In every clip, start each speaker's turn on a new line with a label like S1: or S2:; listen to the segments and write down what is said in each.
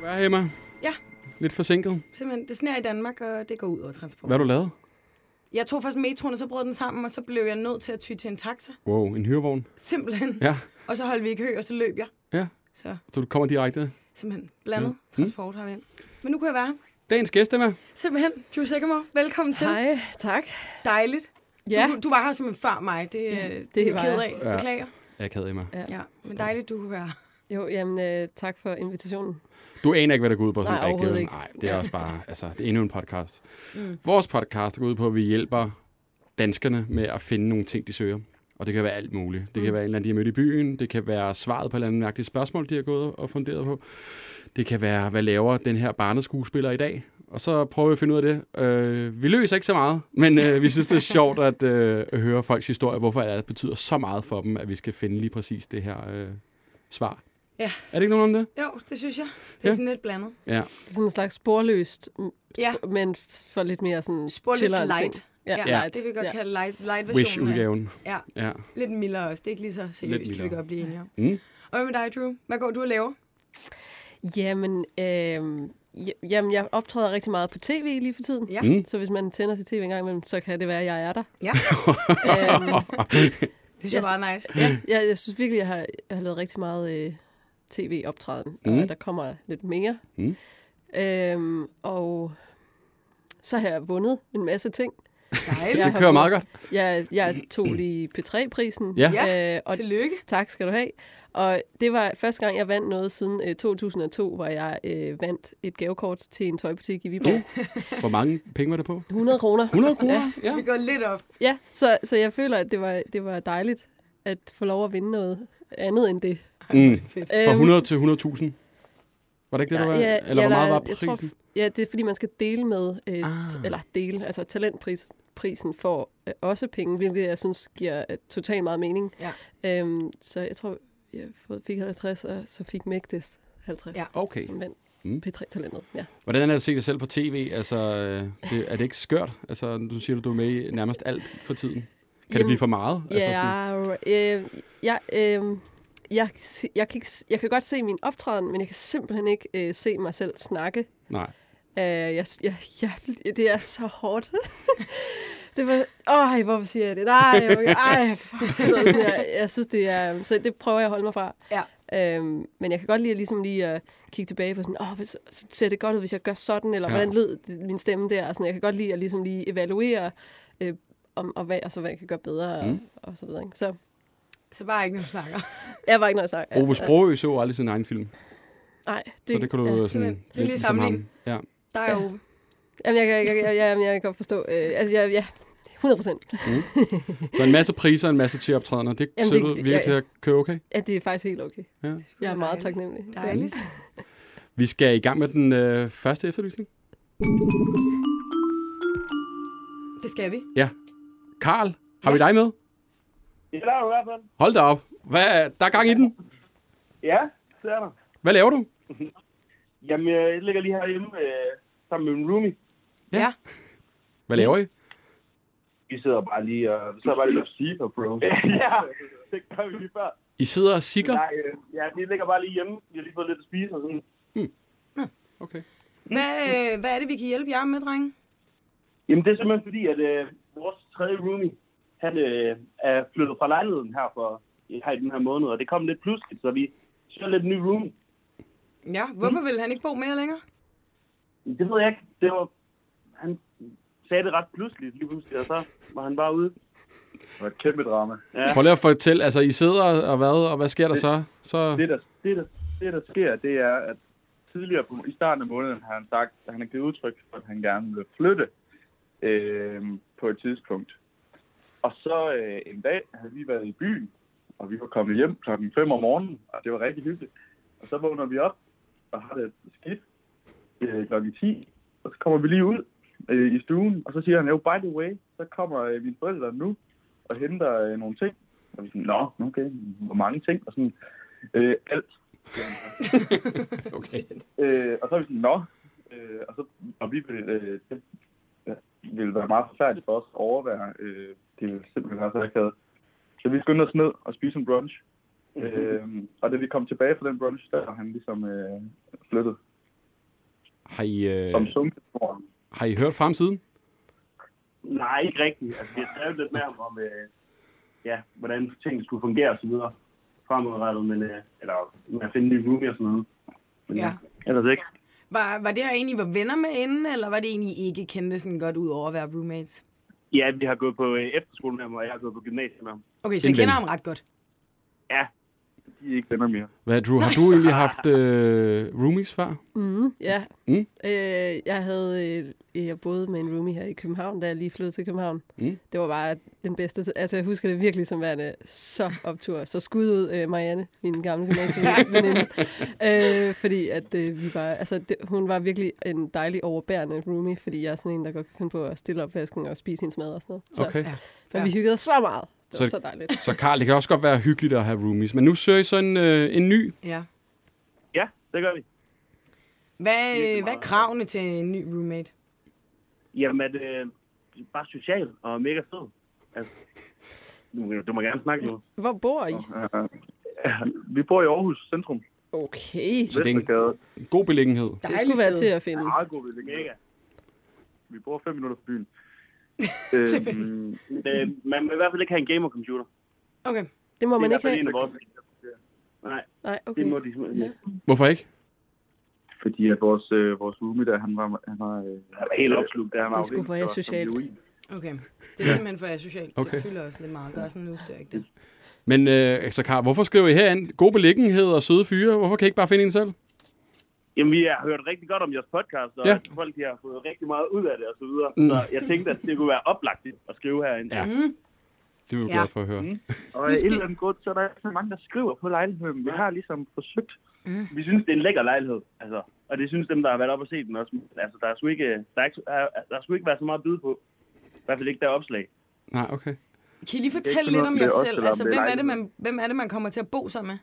S1: Hej Emma.
S2: Ja.
S1: Lidt forsinket.
S2: Simpelthen, det sner i Danmark, og det går ud over transport.
S1: Hvad har du lavet?
S2: Jeg tog først metroen, og så brød den sammen, og så blev jeg nødt til at ty til en taxa.
S1: Wow, en hyrevogn.
S2: Simpelthen.
S1: Ja.
S2: Og så holdt vi ikke hø, og så løb jeg.
S1: Ja.
S2: Så
S1: Så du kommer direkte.
S2: simpelthen blandet
S1: Ja. Mm.
S2: ja. transport mm. herhen. Men nu kunne jeg være her.
S1: Dagens gæst, Emma.
S2: Simpelthen, Drew Sigamore, velkommen til.
S3: Hej, tak.
S2: Dejligt.
S3: Ja,
S2: Du, du var her simpelthen før mig, det, ja, det, det er
S3: var
S2: jeg ked
S3: jeg.
S2: af.
S1: Ja.
S2: Beklager.
S1: Jeg er ked, Emma.
S3: Ja.
S2: Ja. Men dejligt, du kunne være her.
S3: jo, jamen, øh, tak for invitationen.
S1: Du aner ikke, hvad der går ud på.
S3: Nej,
S1: sådan rigtigt.
S3: overhovedet ikke.
S1: Nej, det er også bare, altså, det er endnu en podcast.
S2: Mm.
S1: Vores podcast går ud på, at vi hjælper danskerne med at finde nogle ting, de søger. Og det kan være alt muligt. Det kan
S2: Mm.
S1: være en eller anden, de har mødt i byen. Det kan være svaret på et eller andet mærkeligt spørgsmål, de har gået og funderet på. Det kan være, hvad laver den her barneskuespiller i dag? Og så prøver vi at finde ud af det. Øh, vi løser ikke så meget, men øh, vi synes, det er sjovt at øh, høre folks historie, hvorfor det er, det betyder så meget for dem, at vi skal finde lige præcis det her øh, svar.
S2: Ja.
S1: Er det ikke nogen om det?
S2: Jo, det synes jeg. Det er
S1: Ja.
S2: ja. sådan lidt blandet.
S1: Ja.
S3: Det er sådan en slags sporløst, m- sp-
S2: Ja.
S3: men f- for lidt mere sådan
S2: Sporløst
S3: chillere ting.
S2: light.
S3: Ja,
S2: Ja,
S3: ja,
S1: Ja.
S3: light.
S2: Det vil vi godt ja.
S3: ja.
S2: kalde light, light versionen af-
S1: Wish-udgaven.
S2: Ja.
S1: ja.
S2: Lidt mildere også. Det er ikke lige så seriøst, kan vi
S1: mildere.
S2: godt blive enige om.
S1: Mm.
S2: Og hvad med dig, Drew? Hvad går du og laver?
S3: Jamen, øh, j- jamen, jeg optræder rigtig meget på tv lige for tiden.
S2: Ja.
S1: Mm.
S3: Så hvis man tænder sit tv en gang imellem, så kan det være, at jeg er der.
S2: Ja.
S3: øhm,
S2: Det synes jeg
S3: Yes.
S2: er meget nice.
S3: ja, jeg, jeg synes virkelig, jeg har, jeg har lavet rigtig meget øh, tv-optræden, mm.
S1: Mm.
S3: og der kommer lidt mere.
S1: Mm.
S3: Øhm, og så har jeg vundet en masse ting.
S2: Dejligt.
S3: Jeg
S1: Det
S3: har
S1: kører
S3: fået-
S1: meget godt.
S3: Jeg, jeg tog lige P3-prisen.
S1: Ja.
S3: Øh,
S2: Og
S3: og
S2: Tillykke.
S3: tak skal du have. Og det var første gang, jeg vandt noget siden øh, 2002, hvor jeg øh, vandt et gavekort til en tøjbutik i Viborg.
S1: Hvor mange penge var det på?
S3: 100 kroner.
S1: 100 kroner?
S3: Ja,
S1: Ja.
S2: Vi går lidt op.
S3: ja så, så jeg føler, at det var, det var dejligt at få lov at vinde noget andet end det.
S1: Mm. Fra
S3: Øhm,
S1: 100 til 100.000? Var det ikke det, der var?
S3: ja,
S1: Eller hvor meget
S3: der-
S1: var
S3: jeg
S1: prisen?
S3: tror, ja, det er fordi, man skal dele med, øh,
S1: Ah.
S3: ah. eller dele, altså talentprisen prisen får øh, også penge, hvilket jeg synes giver øh, totalt meget mening.
S2: Ja.
S3: Øhm, så jeg tror, jeg fået- fik 50, og så fik Mægtes 50.
S2: Ja.
S1: Okay.
S3: Som vandt
S1: Mm.
S3: P3-talentet. Ja.
S1: Hvordan er det at se dig selv på tv? Altså, øh, det, er det ikke skørt? Altså, du siger, at du er med i nærmest alt for tiden. Kan det
S3: Jamen,
S1: blive for meget?
S3: Altså
S1: Altså, sådan,
S3: ja, øh, jeg, øh, jeg, kan se- jeg, kan ikke, se- jeg kan godt se min optræden, men jeg kan simpelthen ikke øh, se mig selv snakke.
S1: nej.
S3: Øh, jeg, jeg, jeg, det er så hårdt. det var, åh, hvorfor siger jeg det? Nej, okay, ej, fuck, noget, jeg, jeg synes, det er... Så det prøver jeg at holde mig fra.
S2: Ja.
S3: Øhm, men jeg kan godt lide at ligesom lige at kigge tilbage på sådan, åh, hvis, så ser det godt ud, hvis jeg gør sådan, eller
S1: Ja.
S3: ja. hvordan lød det- min stemme der, og sådan, jeg kan godt lide at ligesom lige evaluere, øh, om, og, hvad, og så hvad jeg kan gøre bedre, mm.
S1: Mm.
S3: og, og, så videre. Ikke? Så
S2: Så bare ikke nogen snakker.
S3: jeg var ikke noget sagt.
S1: Ove Sprogø så aldrig sin egen film,
S3: Nej, det,
S1: så det kunne du ja, sådan
S2: simpelthen.
S1: lidt
S2: Lille
S1: ligesom
S2: sammenligning.
S1: ham. Ja.
S2: Der er
S3: Ja.
S2: jo...
S3: Jamen, jeg, jeg, jeg, jeg, jeg, jeg kan godt forstå. Øh, altså, jeg, ja, 100 procent.
S1: Så en masse priser og en masse tv-optrædener. Det
S3: Jamen,
S1: ser
S3: det-
S1: du
S3: det-
S1: virkelig
S3: ja.
S1: til at køre okay?
S3: Ja, det er faktisk helt okay.
S2: Det sgu
S3: Jeg er
S2: da
S3: meget
S2: dejligt.
S3: taknemmelig.
S2: Dejligt.
S1: Vi skal i gang med den øh, første efterlysning.
S2: Det skal vi.
S1: Karl, har
S2: Ja.
S1: vi dig med?
S4: Ja, der er du i hvert fald.
S1: Hold da op. Hvad, der er gang i den.
S4: Ja, det er der.
S1: Hvad laver du?
S4: Jamen, jeg ligger lige herhjemme øh, sammen med min roomie.
S1: Ja.
S2: Ja. ja.
S1: Hvad laver I?
S4: Vi sidder bare lige og... Vi sidder bare lige og siger, bro. ja, det gør vi lige før.
S1: I sidder og sikker?
S4: Nej, øh, ja, vi ligger bare lige hjemme. Vi har lige fået lidt at spise og sådan.
S1: Okay.
S2: Hvad, øh, hvad er det, vi kan hjælpe jer med, drenge?
S4: Jamen, det er simpelthen fordi, at øh, vores tredje roomie, han øh, er flyttet fra lejligheden her, for, her i den her måned, og det kom lidt pludseligt, så vi søger lidt ny roomie.
S2: Ja, hvorfor vil han ikke bo mere længere?
S4: Det ved jeg ikke. Det var... Han sagde det ret pludseligt lige pludselig, og så var han bare ude.
S5: Det var et kæmpe drama.
S4: Ja.
S1: Prøv lige at fortælle, altså I sidder og hvad, og hvad sker der så? så
S5: Det der, det, der, det, der sker, det er, at tidligere på, i starten af måneden har han sagt, at han har givet udtryk for, at han gerne vil flytte øh, på et tidspunkt. Og så øh, en dag havde vi været i byen, og vi var kommet hjem klokken 5 om morgenen, og det var rigtig hyggeligt. Og så vågner vi op og har det skidt øh, klokken 10, og så kommer vi lige ud øh, i stuen, og så siger han, jo, by the way, så kommer øh, mine forældre nu og henter øh, nogle ting. Og vi er sådan, nå, okay, hvor mange ting? Og sådan, øh, alt.
S1: okay.
S5: Øh, og så er vi sådan, nå. Øh, og, så, og vi vil, øh, det ja, ville være meget forfærdeligt for os at overvære. Øh, det ville simpelthen være så akavet. Så vi skyndte os ned og spiste en brunch.
S3: Mm-hmm.
S5: Øh, og da vi kom tilbage fra den brunch, der var han ligesom øh, flyttet.
S1: Har I, øh,
S5: som sumpetårn.
S1: har I hørt fra ham siden?
S4: Nej, ikke rigtigt. Altså, vi har skrevet lidt med ham om, øh, ja, hvordan tingene skulle fungere og så videre fremadrettet, men, øh, eller med at finde nye roomie og sådan noget. Men, øh,
S2: Ja.
S4: Ellers ikke.
S2: Var, var det her en, I var venner med inden, eller var det en, I ikke kendte sådan godt ud over at være roommates?
S4: Ja, vi har gået på øh, efterskole med ham, og jeg har gået på gymnasiet med ham.
S2: Okay, så
S1: En
S2: jeg kender
S1: ven.
S2: ham ret godt.
S4: Ja,
S5: De er ikke venner mere.
S1: Hvad, Drew, har du egentlig haft øh, roomies før?
S3: Mm, ja.
S1: Mm.
S3: Øh, jeg havde øh, jeg boede med en roomie her i København, da jeg lige flyttede til København.
S1: Mm.
S3: Det var bare den bedste. tid. Altså, jeg husker det virkelig som værende så optur. Så skud ud, øh, Marianne, min gamle gymnasieveninde. øh, fordi at øh, vi var, altså, det, hun var virkelig en dejlig overbærende roomie, fordi jeg er sådan en, der godt kan finde på at stille opvasken og spise hendes mad og sådan noget. Så,
S1: Okay.
S2: Ja.
S3: Men vi hyggede så meget. Det var
S1: Så-
S3: så, så dejligt.
S1: Så Karl, det kan også godt være hyggeligt at have roomies. Men nu søger I så en, øh, en ny.
S2: Ja.
S4: ja det gør vi.
S2: Hvad,
S4: Virkelig
S2: hvad er
S4: meget.
S2: kravene til en ny roommate?
S4: Jamen, at, øh, bare social og mega sød. Altså, du, du må gerne snakke nu.
S3: Hvor bor I?
S5: Øh, vi bor i Aarhus Centrum.
S3: Okay.
S1: Så det er en-
S5: Vestergade.
S1: En god beliggenhed.
S3: Det skulle være til at finde.
S4: Meget god vildt, mega.
S5: Vi bor fem minutter fra byen. øhm,
S4: Men, øh, man må i hvert fald ikke have en gamer-computer.
S2: Okay.
S3: Det må man
S4: det er i hvert
S3: ikke
S4: fald
S3: have.
S4: en af vores ting. Nej,
S3: Nej,
S4: det
S3: okay.
S4: må de simpelthen ikke.
S1: Hvorfor ikke?
S5: fordi at vores, øh, vores roomie der, han var, han var, øh,
S4: Han var helt opslugt, der han var
S3: Det er sgu
S4: afhængig,
S3: for jer
S4: så- som
S3: socialt.
S4: heroin.
S2: Okay. Det er ja. simpelthen for asocialt. Okay.
S1: Okay.
S2: Det fylder også lidt meget. Gør sådan en udstyr, ikke det?
S1: Men øh, så Karl, hvorfor skriver I herind? God beliggenhed og søde fyre. Hvorfor kan I ikke bare finde en selv?
S4: Jamen, vi har hørt rigtig godt om jeres podcast, og
S1: Ja.
S4: ja. folk de har fået rigtig meget ud af det og så videre. Mm. Så jeg tænkte, at det kunne være oplagt at skrive herinde.
S1: Ja.
S4: Ja.
S1: Det er vi
S2: Ja.
S1: glade for at høre.
S5: Og af en eller anden grund, så er der ikke så mange, der skriver på lejligheden. Vi har ligesom forsøgt.
S4: Vi synes, det er en lækker lejlighed, altså. Og det synes dem, der har været op og set den også. Men Altså, der er sgu ikke, der er ikke, der er- der er sgu ikke været så meget at byde på. I hvert fald ikke der opslag.
S1: Nej, okay.
S2: Kan I lige
S5: ikke
S2: fortælle
S5: sådan
S2: lidt
S5: noget,
S2: om
S5: det er
S2: jer
S5: også,
S2: selv?
S5: eller om
S2: Altså,
S5: det er
S2: hvem er, det,
S5: lejlighed.
S2: man, hvem er det, man kommer til at bo sammen med?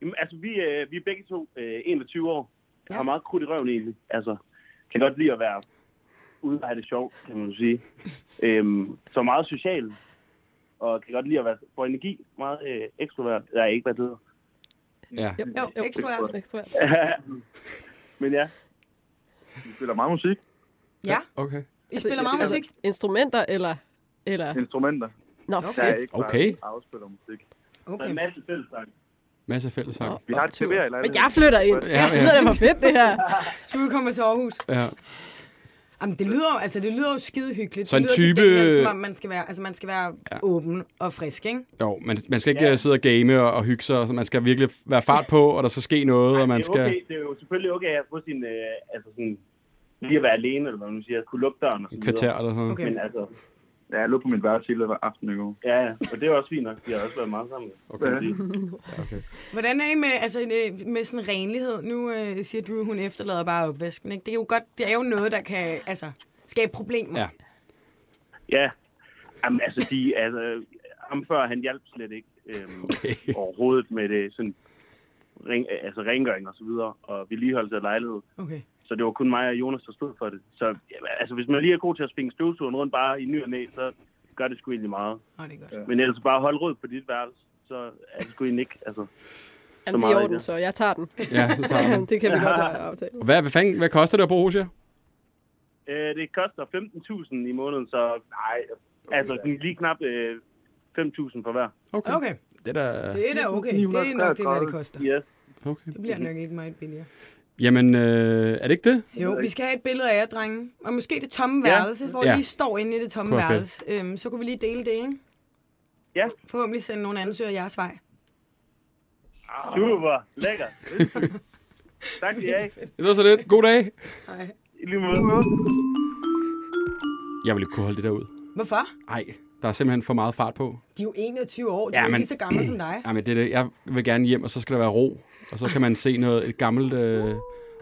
S4: Jamen, altså, vi, øh, vi er begge to øh, 21 år. Jeg
S2: Ja.
S4: har meget krudt i røven egentlig. Altså, kan godt lide at være ude og have det sjovt, kan man sige. Øhm, så meget social. Og kan godt lide at være for energi. Meget øh, ekstrovert. Jeg er ikke, hvad det hedder.
S1: Ja.
S3: Jo, jo,
S2: ekstrovert.
S3: ekstrovert.
S4: Men ja,
S5: Vi spiller meget musik,
S2: Ja.
S1: Okay.
S2: I spiller meget
S3: altså,
S2: musik?
S3: Instrumenter, eller... eller...
S5: instrumenter.
S3: Nå,
S5: Der er
S3: fedt.
S5: ikke bare
S1: Okay.
S5: afspiller musik.
S4: der er
S5: Altså,
S2: Okay.
S4: en masse fællesang.
S1: Masser af fællesang.
S5: Vi har et klaver i
S3: Men
S5: lejligheden.
S3: jeg flytter ind.
S1: Ja,
S3: Ja,
S1: ja.
S3: ja. Det er da for fedt, det her.
S2: Du kommer til Aarhus.
S1: Ja.
S2: Jamen, det lyder jo, altså, det lyder jo skide hyggeligt.
S1: Så en
S2: det lyder
S1: type-
S2: Til gengæld, som om man skal være, altså, man skal være ja. åben og frisk, ikke?
S1: Jo, man, man skal ikke ja. sidde og game og, og hygge sig. og Man skal virkelig være fart på, og der skal ske noget, og man
S4: det, er okay,
S1: skal...
S4: det er jo selvfølgelig okay at få sin... Øh, altså sådan, lige at være alene, eller hvad man siger. At kunne lukke døren og så
S1: Et
S4: videre.
S1: kvarter eller sådan noget.
S2: Okay.
S4: Men altså,
S5: Ja, jeg lå på min værelse hele aftenen i går.
S4: ja, ja. Og det er også fint nok. Vi har også været meget sammen.
S1: Okay.
S4: Ja.
S2: Hvordan er I med, altså, øh, med sådan renlighed? Nu øh, siger Drew, hun efterlader bare opvasken, ikke? Det er jo godt, det er jo noget, der kan altså, skabe problemer.
S1: Ja.
S4: Ja, Jamen, altså, de, altså, ham før, han hjalp slet ikke øhm, okay. overhovedet med det, sådan, ring, altså, rengøring og så videre, og vedligeholdelse af lejlighed.
S2: Okay.
S4: Så det var kun mig og Jonas, der stod for det. Så jamen, altså, hvis man lige er god til at svinge støvsugeren rundt bare i ny og næ, så gør det sgu egentlig meget.
S2: Åh, det er godt.
S4: Men ellers bare hold rød på dit værelse, så er det sgu egentlig ikke. Altså,
S3: Jamen, det er i orden, så jeg tager den.
S1: Ja, så tager vi den.
S3: det kan vi godt øh, aftale.
S1: Hvad, hvad, fanden, hvad koster det at bo hos jer?
S4: øh, det koster 15.000 i måneden, så nej, altså sådan lige knap øh, 5.000 for hver.
S1: Okay.
S2: Okay,
S1: Det der...
S2: det er da okay. Det er nok det, hvad det koster.
S4: Yes.
S1: Okay.
S2: Det bliver nok ikke meget billigere.
S1: Jamen, øh, er det ikke det?
S2: Jo, vi skal have et billede af jer, drenge. Og måske det tomme
S4: Ja.
S2: værelse, hvor
S1: Ja.
S2: I lige står inde i det tomme
S1: Kunne være
S2: værelse. Øhm, så kunne vi lige dele det, ikke?
S4: Ja.
S2: Forhåbentlig sende nogle ansøgere jeres vej.
S4: Ah. Super, lækker. tak til jer.
S1: Det var så lidt. God dag.
S2: Ej.
S4: I lige måde.
S1: Jeg ville ikke kunne holde det der ud.
S2: Hvorfor?
S1: Ej, der er simpelthen for meget fart på.
S2: De er jo 21 år. De
S1: Ja,
S2: er jo
S1: men-
S2: lige så gamle som dig.
S1: Jamen, det er det. Jeg vil gerne hjem, og så skal der være ro. Og så kan man se noget, et gammelt øh,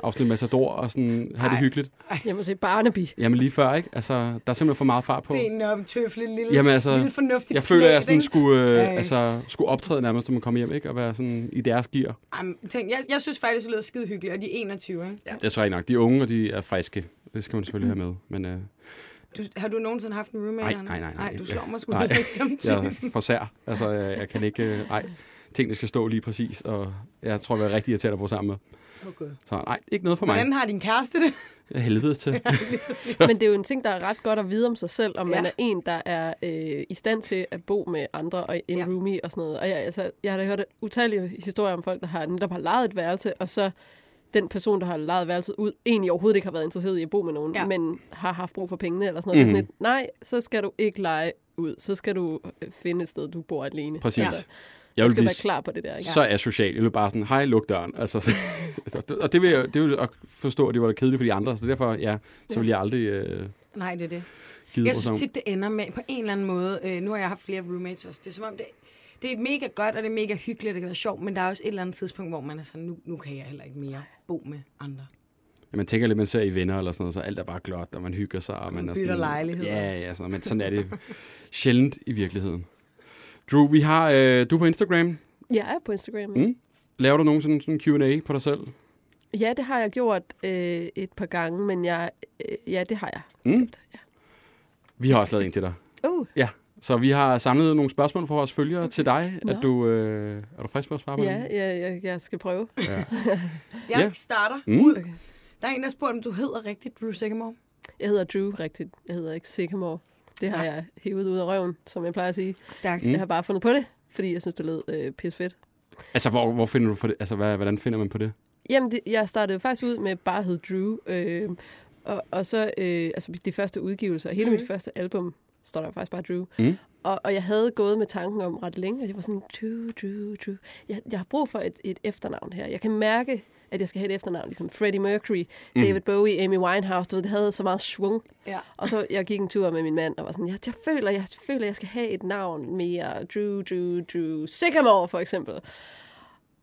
S1: afsnit Matador og sådan have det hyggeligt.
S3: Jeg må se Barnaby.
S1: Jamen lige før, ikke? Altså, der er simpelthen for meget fart på.
S2: Benene op, tøfle, øh, lille,
S1: Jamen, altså,
S2: lille fornuftig
S1: Jeg føler, at jeg
S2: plæt,
S1: sådan
S2: ikke?
S1: skulle, øh,
S2: Ej.
S1: altså, skulle optræde nærmest, når man kom hjem, ikke? Og være sådan i deres gear.
S2: Jamen, tænk, jeg, jeg synes faktisk, det lyder skide hyggeligt, og de er 21, ikke?
S1: Ja. Det er så rigtig nok. De er unge, og de er friske. Det skal man selvfølgelig have med. Men øh,
S2: Du, har du nogensinde haft en roommate,
S1: Nej, nej,
S2: Anders?
S1: nej, nej.
S2: du
S1: Jeg-
S2: slår mig sgu
S1: nej.
S2: ikke som type.
S1: jeg er for sær. Altså, jeg, jeg kan ikke... Øh, ej, tingene skal stå lige præcis, og jeg tror, jeg er rigtig irriteret at bo sammen med.
S2: Okay.
S1: Så nej, ikke noget for mig.
S2: Hvordan har din kæreste det?
S1: Jeg er helvede til.
S3: Men det er jo en ting, der er ret godt at vide om sig selv, om ja. man
S2: Ja.
S3: er en, der er øh, i stand til at bo med andre og en ja.
S2: Ja.
S3: roomie og sådan noget. Og jeg, altså, jeg har da hørt utallige historier om folk, der har netop har lejet et værelse, og så den person, der har lejet værelset ud, egentlig overhovedet ikke har været interesseret i at bo med nogen, ja.
S2: Ja.
S3: men har haft brug for pengene eller sådan noget. Mm.
S1: Mhm.
S3: Det er sådan et, nej, så skal du ikke lege ud. Så skal du øh, finde et sted, du bor alene.
S1: Præcis.
S3: Altså,
S1: Jeg
S3: du
S1: vil
S3: skal
S1: blive
S3: være klar på det der. Ikke?
S1: så asocial. Jeg vil bare sådan, hej, luk døren. Altså, så, og det vil jeg det vil jeg forstå, at det var da kedeligt for de andre, så derfor, ja, så vil jeg aldrig øh,
S2: Nej, det er det.
S1: gide
S2: Jeg
S1: mig
S2: synes
S1: sammen.
S2: tit, det ender med, på en eller anden måde, øh, nu har jeg haft flere roommates også, det er som om, det, det er mega godt, og det er mega hyggeligt, og det kan være sjovt, men der er også et eller andet tidspunkt, hvor man er sådan, nu, nu kan jeg heller ikke mere bo med andre.
S1: Ja, man tænker lidt, man ser i venner eller sådan noget, så alt er bare glot, og man hygger sig. Og man er
S2: bytter
S1: sådan,
S2: lejligheder.
S1: Ja, ja, sådan, men sådan er det sjældent i virkeligheden. Drew, vi har, øh, du er på Instagram.
S3: Jeg er på Instagram. Mm.
S1: Mm? Laver du nogen sådan, sådan Q&A på dig selv?
S3: Ja, det har jeg gjort øh, et par gange, men jeg, øh, ja, det har jeg.
S1: Mm? Vi har også lavet en til dig.
S3: Uh,
S1: Ja, så vi har samlet nogle spørgsmål fra vores følgere okay. til dig.
S3: Nå.
S1: At du, øh, er du frisk på at svare på
S3: ja,
S1: dem?
S3: ja, ja, jeg skal prøve.
S2: Jeg
S1: Ja.
S2: starter.
S1: Mm?
S3: Okay.
S2: Der er en, der spurgte, om du hedder rigtigt Drew Sigamore.
S3: Jeg hedder Drew, rigtigt. Jeg hedder ikke Sycamore. Det har
S2: Nej.
S3: jeg hævet ud af røven, som jeg plejer at sige.
S2: Stærkt.
S3: Mm. Jeg har bare fundet på det, fordi jeg synes, det lød øh, pis fedt.
S1: Altså, hvor, hvor finder du for det? Altså, hvad, hvordan finder man på det?
S3: Jamen, det, jeg startede faktisk ud med bare at hedde Drew. Øh, og, og så, øh, altså de første udgivelser, hele mm. mit første album, står der faktisk bare Drew.
S1: Mm.
S3: Og, og jeg havde gået med tanken om ret længe, at jeg var sådan, Drew, Drew, Drew. Jeg, jeg har brug for et, et efternavn her. Jeg kan mærke, at jeg skal have et efternavn, ligesom Freddie Mercury, mm. David Bowie, Amy Winehouse. Du ved, det havde så meget svung.
S2: Ja.
S3: Og så jeg gik en tur med min mand og var sådan, jeg, jeg, føler, jeg føler, jeg skal have et navn mere. Drew, Drew, Drew Sycamore for eksempel.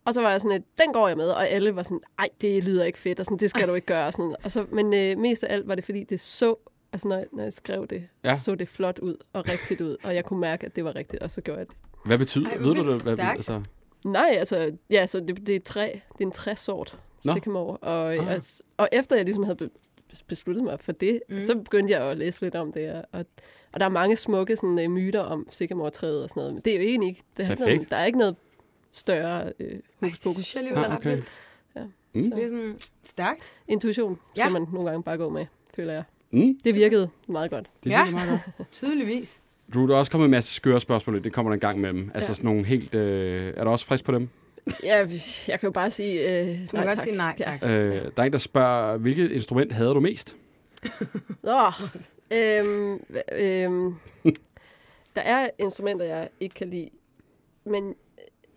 S3: Og så var jeg sådan, lidt, den går jeg med, og alle var sådan, ej, det lyder ikke fedt, og sådan, det skal du ikke gøre. Og sådan. Og så, men øh, mest af alt var det, fordi det så, altså når, jeg- når jeg skrev det,
S1: Ja.
S3: ja. så det flot ud og rigtigt ud, og jeg kunne mærke, at det var rigtigt, og så gjorde jeg det.
S1: Hvad betyder
S2: Ej, hvor
S1: ved du
S2: vildt
S1: det? Hvad,
S2: stærkt.
S1: altså,
S3: Nej, altså, ja, så det, det er et træ, det er en træsort,
S1: Nå.
S3: sycamore, og,
S1: Ah.
S3: og, og efter jeg ligesom havde be- besluttet mig for det, mm. så begyndte jeg jo at læse lidt om det, og- og, og der er mange smukke sådan, øh, myter om sycamore-træet og sådan noget, men det er jo egentlig ikke, det er ikke noget,
S1: Perfekt.
S3: der er ikke noget større øh,
S2: Ej,
S3: hokus
S2: det
S3: pokus.
S2: synes jeg lige
S1: Ah,
S2: var ret
S1: okay.
S2: vildt.
S3: Ja.
S1: Mm.
S2: Det er sådan stærkt.
S3: Intuition skal ja.
S2: Ja.
S3: man nogle gange bare gå med, føler jeg.
S1: mm,
S3: Det virkede meget godt.
S1: det
S2: Ja.
S1: lyder meget godt.
S2: Tydeligvis.
S1: Drew, der er også kommet en masse skøre spørgsmål. ind. Det kommer der en gang med dem. Altså
S3: Ja.
S1: sådan nogle helt... Øh, er du også frisk på dem?
S3: Ja, jeg kan jo bare sige øh,
S2: Du kan godt sige nej, tak.
S1: Øh, der er en, der spørger, hvilket instrument havde du mest?
S3: Nå, øhm, hva- øhm, der er instrumenter, jeg ikke kan lide, men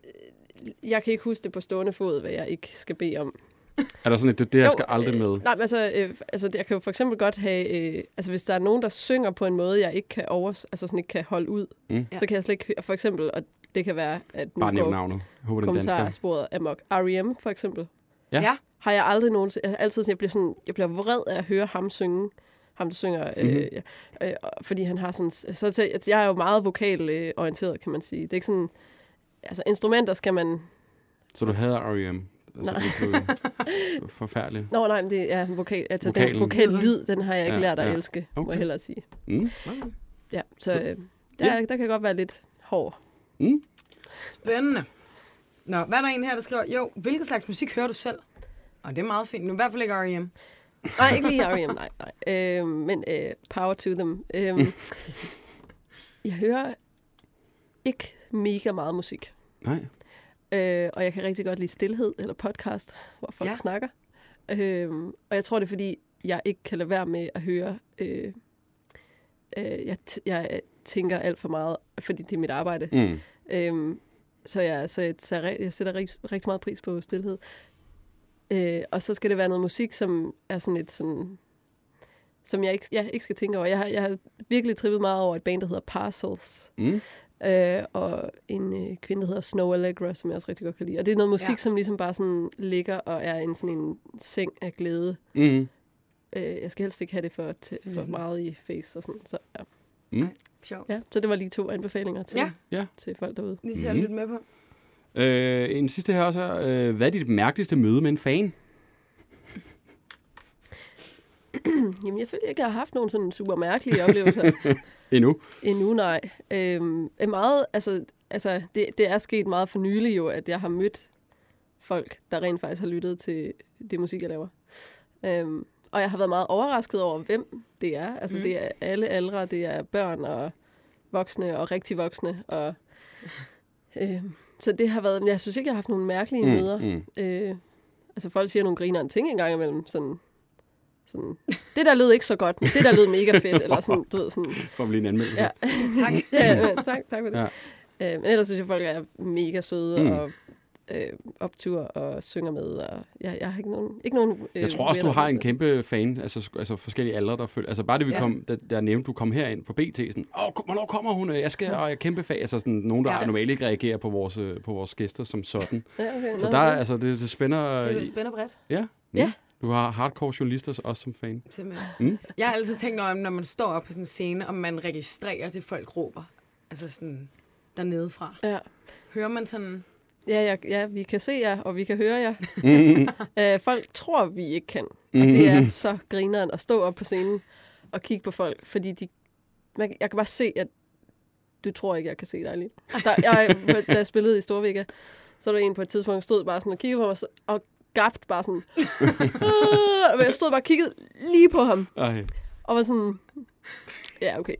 S3: øh, jeg kan ikke huske det på stående fod, hvad jeg ikke skal bede om.
S1: Er der sådan et, det, det her
S3: Jo,
S1: skal aldrig med?
S3: Nej, men altså, øh, altså, jeg kan jo for eksempel godt have, øh, altså hvis der er nogen, der synger på en måde, jeg ikke kan over, altså sådan ikke kan holde ud,
S1: Mm.
S3: mm. så kan jeg slet ikke høre, for eksempel, og det kan være, at nu
S1: Bare nævn
S3: går
S1: navnet. Jeg håber, det er en dansker.
S3: kommentarsporet amok. R.E.M. for eksempel.
S1: Ja.
S2: Ja.
S3: Har jeg aldrig nogensinde... Jeg, altid sådan, jeg, bliver sådan, jeg bliver vred af at høre ham synge. Ham, der synger...
S1: Mhm.
S3: Øh, ja, øh, og- fordi han har sådan... Så, så, jeg- jeg er jo meget vokal øh, orienteret, kan man sige. Det er ikke sådan... Altså, instrumenter skal man...
S1: Så du hader R.E.M.? Altså,
S3: Nej.
S1: det blev forfærdeligt.
S3: Nå, nej, men det er vokal... Altså,
S1: Vokalen.
S3: den vokal lyd, den har jeg ikke
S1: Ja,
S3: ja, lært at
S1: ja.
S3: ja. elske, okay. må
S1: Okay.
S3: jeg hellere sige.
S1: Mm.
S3: Ja,
S1: Så-
S3: så, så øh, der,
S1: ja.
S3: ja. der kan godt være lidt hård.
S1: Mm.
S2: Spændende. Nå, hvad er der en her, der skriver, jo, hvilket slags musik hører du selv? Og det er meget fint. Nu i hvert fald ikke E R.E.M.
S3: Nej, ikke lige R.E.M., nej. nej. Øh, men øh, power to them. Øh, jeg hører ikke mega meget musik.
S1: Nej.
S3: Øh, og jeg kan rigtig godt lide stillhed eller podcast, hvor folk ja.
S2: Ja.
S3: snakker. Øh, og jeg tror, det er fordi, jeg ikke kan lade være med at høre... Øh, øh, jeg, t- jeg tænker alt for meget, fordi det er mit arbejde.
S1: Mm.
S3: Øhm, så jeg, så jeg, så jeg, jeg sætter rigtig, rigtig meget pris på stillhed. Øh, og så skal det være noget musik, som er sådan lidt sådan som jeg ikke, jeg ikke skal tænke over. Jeg har, jeg har virkelig trippet meget over et band, der hedder Parcels,
S1: Mm.
S3: øh, og en øh, kvinde, der hedder Snow Allegra, som jeg også rigtig godt kan lide. Og det er noget musik, ja.
S2: Ja.
S3: som ligesom bare sådan ligger og er en sådan en seng af glæde.
S1: Mm.
S3: Øh, jeg skal helst ikke have det for, t- for
S2: Ligesom-
S3: meget i face og sådan. Så, ja.
S2: Sjovt.
S3: ja, så det var lige to anbefalinger til,
S2: Ja.
S1: Ja.
S3: til folk derude.
S2: Lige til at
S1: Mhm.
S2: lytte med på.
S1: Øh, en sidste her også er, øh, hvad er dit mærkeligste møde med en fan?
S3: Jamen, jeg føler ikke, jeg har haft nogen sådan super mærkelige oplevelser
S1: Endnu.
S3: endnu, nej. Øhm, er meget, altså, altså det, det er sket meget for nylig jo, at jeg har mødt folk, der rent faktisk har lyttet til det musik, jeg laver. Øhm, og jeg har været meget overrasket over, hvem det er. Altså, mm. det er alle aldre, det er børn og voksne og rigtig voksne. Og, øhm, så det har været... Jeg synes ikke, jeg har haft nogle mærkelige mm. møder.
S1: Mm.
S3: Øh, altså, folk siger nogle grinerende ting engang imellem. Sådan, sådan, det der lød ikke så godt, men det der lød mega fedt. eller sådan, du ved, sådan,
S1: For at blive en anmeldelse.
S3: Ja.
S1: Ja.
S2: Tak.
S3: ja,
S1: Mm.
S3: øh, tak, tak for det. Ja. Øh, men ellers synes jeg, at folk er mega søde
S1: Mm.
S3: mm. og øh, optur og synger med. Og jeg, jeg har ikke nogen... Ikke nogen øh,
S1: Jeg tror også, du
S3: venner,
S1: har en
S3: sådan.
S1: kæmpe fan, altså, sk- altså forskellige aldre, der følger. Altså bare det, vi
S2: Ja.
S1: ja. kom, der, der nævnte, du kom herind på BT, sådan, åh, kom- hvornår kommer hun? Øh, Jeg skal, og jeg er kæmpe fan. Altså sådan, nogen, der
S3: Ja.
S1: ja. normalt ikke reagerer på vores, øh, på vores gæster som sådan.
S3: Ja, okay,
S1: Så
S3: nå,
S1: der, er-
S3: okay.
S1: altså, det, det spænder... øh,
S2: Det er jo spændende bredt,
S1: Ja. Mm.
S3: Ja.
S1: Du har hardcore journalister også som fan.
S2: simpelthen.
S1: Mm.
S2: Jeg har altid tænkt over, når man står op på sådan en scene, om man registrerer det, folk råber. Altså sådan dernede fra.
S3: Ja.
S2: Hører man sådan...
S3: Ja, jeg, ja, vi kan se jer, og vi kan høre jer.
S1: Mm.
S3: øh, folk tror, vi ikke kan. Og det er så grineren at stå op på scenen og kigge på folk, fordi de, man, jeg kan bare se, at du tror ikke, jeg kan se dig lige. Der, jeg, da jeg spillede i Storvika, så var der en på et tidspunkt, der stod bare sådan og kiggede på mig, og så- og gabte bare sådan. "Ah!" Men jeg stod bare og kiggede lige på ham,
S1: Ej.
S3: og var sådan, ja, okay.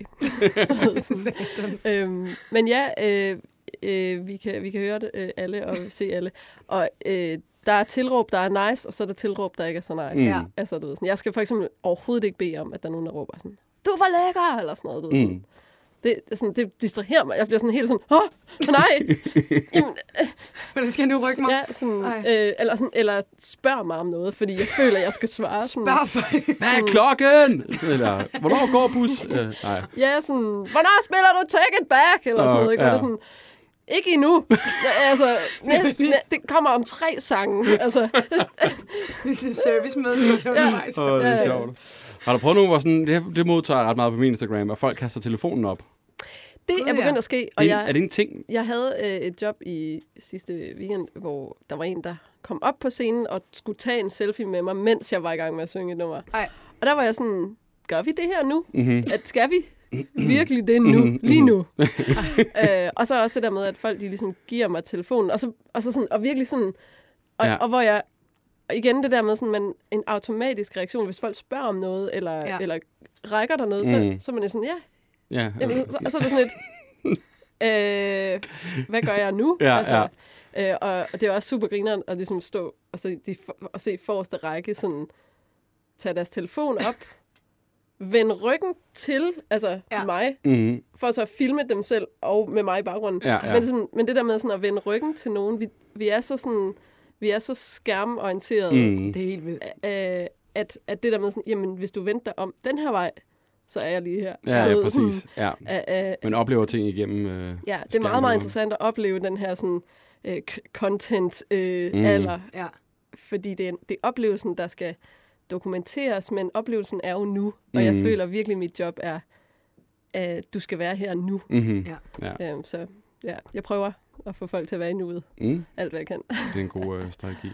S2: sådan
S3: Øhm, men ja, øh, øh, vi, kan, vi kan høre det øh, alle og se alle. Og øh, der er tilråb, der er nice, og så er der tilråb, der ikke er så nice.
S2: Ja.
S1: Mm.
S3: Altså, du ved, sådan, jeg skal for eksempel overhovedet ikke bede om, at der er nogen, der råber sådan, du var lækker, eller sådan noget. Du ved, sådan.
S1: Mm.
S3: Det, det er sådan, det distraherer mig. Jeg bliver sådan helt sådan, åh, nej. Jamen,
S2: Hvordan skal jeg nu rykke mig? Ja.
S3: ja, sådan,
S2: Ej.
S3: øh, eller, sådan, eller spørg mig om noget, fordi jeg føler, jeg skal svare. Sådan,
S2: Bare for...
S1: Hvad er klokken? Eller, hvornår går bus? Øh, nej.
S3: Ja, sådan, hvornår spiller du Take It Back? Eller sådan
S1: Åh,
S3: noget, ikke? Ja. Og det er
S1: ja.
S3: sådan, ikke endnu. altså, næsten, næ- det kommer om tre sange. Altså,
S2: Det er service med, det er undervejs.
S1: Åh, det
S3: Ja,
S1: er
S3: ja.
S1: sjovt. Har du prøvet nogen, hvor sådan, det, det modtager jeg ret meget på min Instagram, at folk kaster telefonen op.
S3: det
S2: Gud,
S3: er
S2: ja.
S3: begyndt at ske,
S1: Det,
S3: og
S1: jeg... Er
S3: jeg,
S1: det en ting?
S3: jeg havde øh, et job i sidste weekend, hvor der var en, der kom op på scenen og skulle tage en selfie med mig, mens jeg var i gang med at synge et nummer.
S2: Ej.
S3: Og der var jeg sådan, gør vi det her nu?
S1: Mm-hmm.
S3: At skal vi virkelig det nu? Lige nu? øh, og så også det der med, at folk de ligesom giver mig telefonen, og, så, og, så sådan, og virkelig sådan, og, ja.
S1: Ja.
S3: og hvor jeg, og igen det der med sådan, man, en automatisk reaktion, hvis folk spørger om noget, eller,
S2: Ja.
S3: ja. eller rækker der noget, så,
S1: Mm.
S3: så er man jo sådan, ja,
S1: Ja. altså,
S3: jamen, så, så, så er det sådan et, øh, hvad gør jeg nu?
S1: Ja,
S3: Øh, og, og det er også super grineren at ligesom stå og se, de, for- og se forreste række sådan, tage deres telefon op, vende ryggen til, altså
S2: Ja.
S3: ja. mig,
S1: Mm-hmm.
S3: for så at filme dem selv og med mig i baggrunden.
S1: Ja, ja.
S3: Men, sådan, men det der med sådan at vende ryggen til nogen, vi, vi er så sådan, vi er så skærmorienterede, mm.
S1: Mm.
S2: Det er helt vildt.
S3: øh, at, at det der med sådan, jamen hvis du venter om den her vej, så er jeg lige her.
S1: Ja,
S3: Du
S1: ja,
S3: ved,
S1: præcis. Ja.
S3: sådan, Øh, øh,
S1: Man oplever ting igennem... Øh,
S3: ja, det er
S1: skærmen,
S3: meget, meget
S1: eller-
S3: interessant at opleve den her sådan øh, k- content øh,
S1: Mm.
S3: mm. alder,
S2: Ja.
S3: fordi det er, det er oplevelsen, der skal dokumenteres, men oplevelsen er jo nu, og jeg
S1: Mm.
S3: føler virkelig, mit job er, øh, du skal være her nu.
S1: Mm-hmm.
S2: Ja.
S1: Ja. ja.
S3: Øhm, så ja, jeg prøver at få folk til at være i nuet,
S1: Mm.
S3: alt hvad jeg kan.
S1: Det er en god øh, strategi.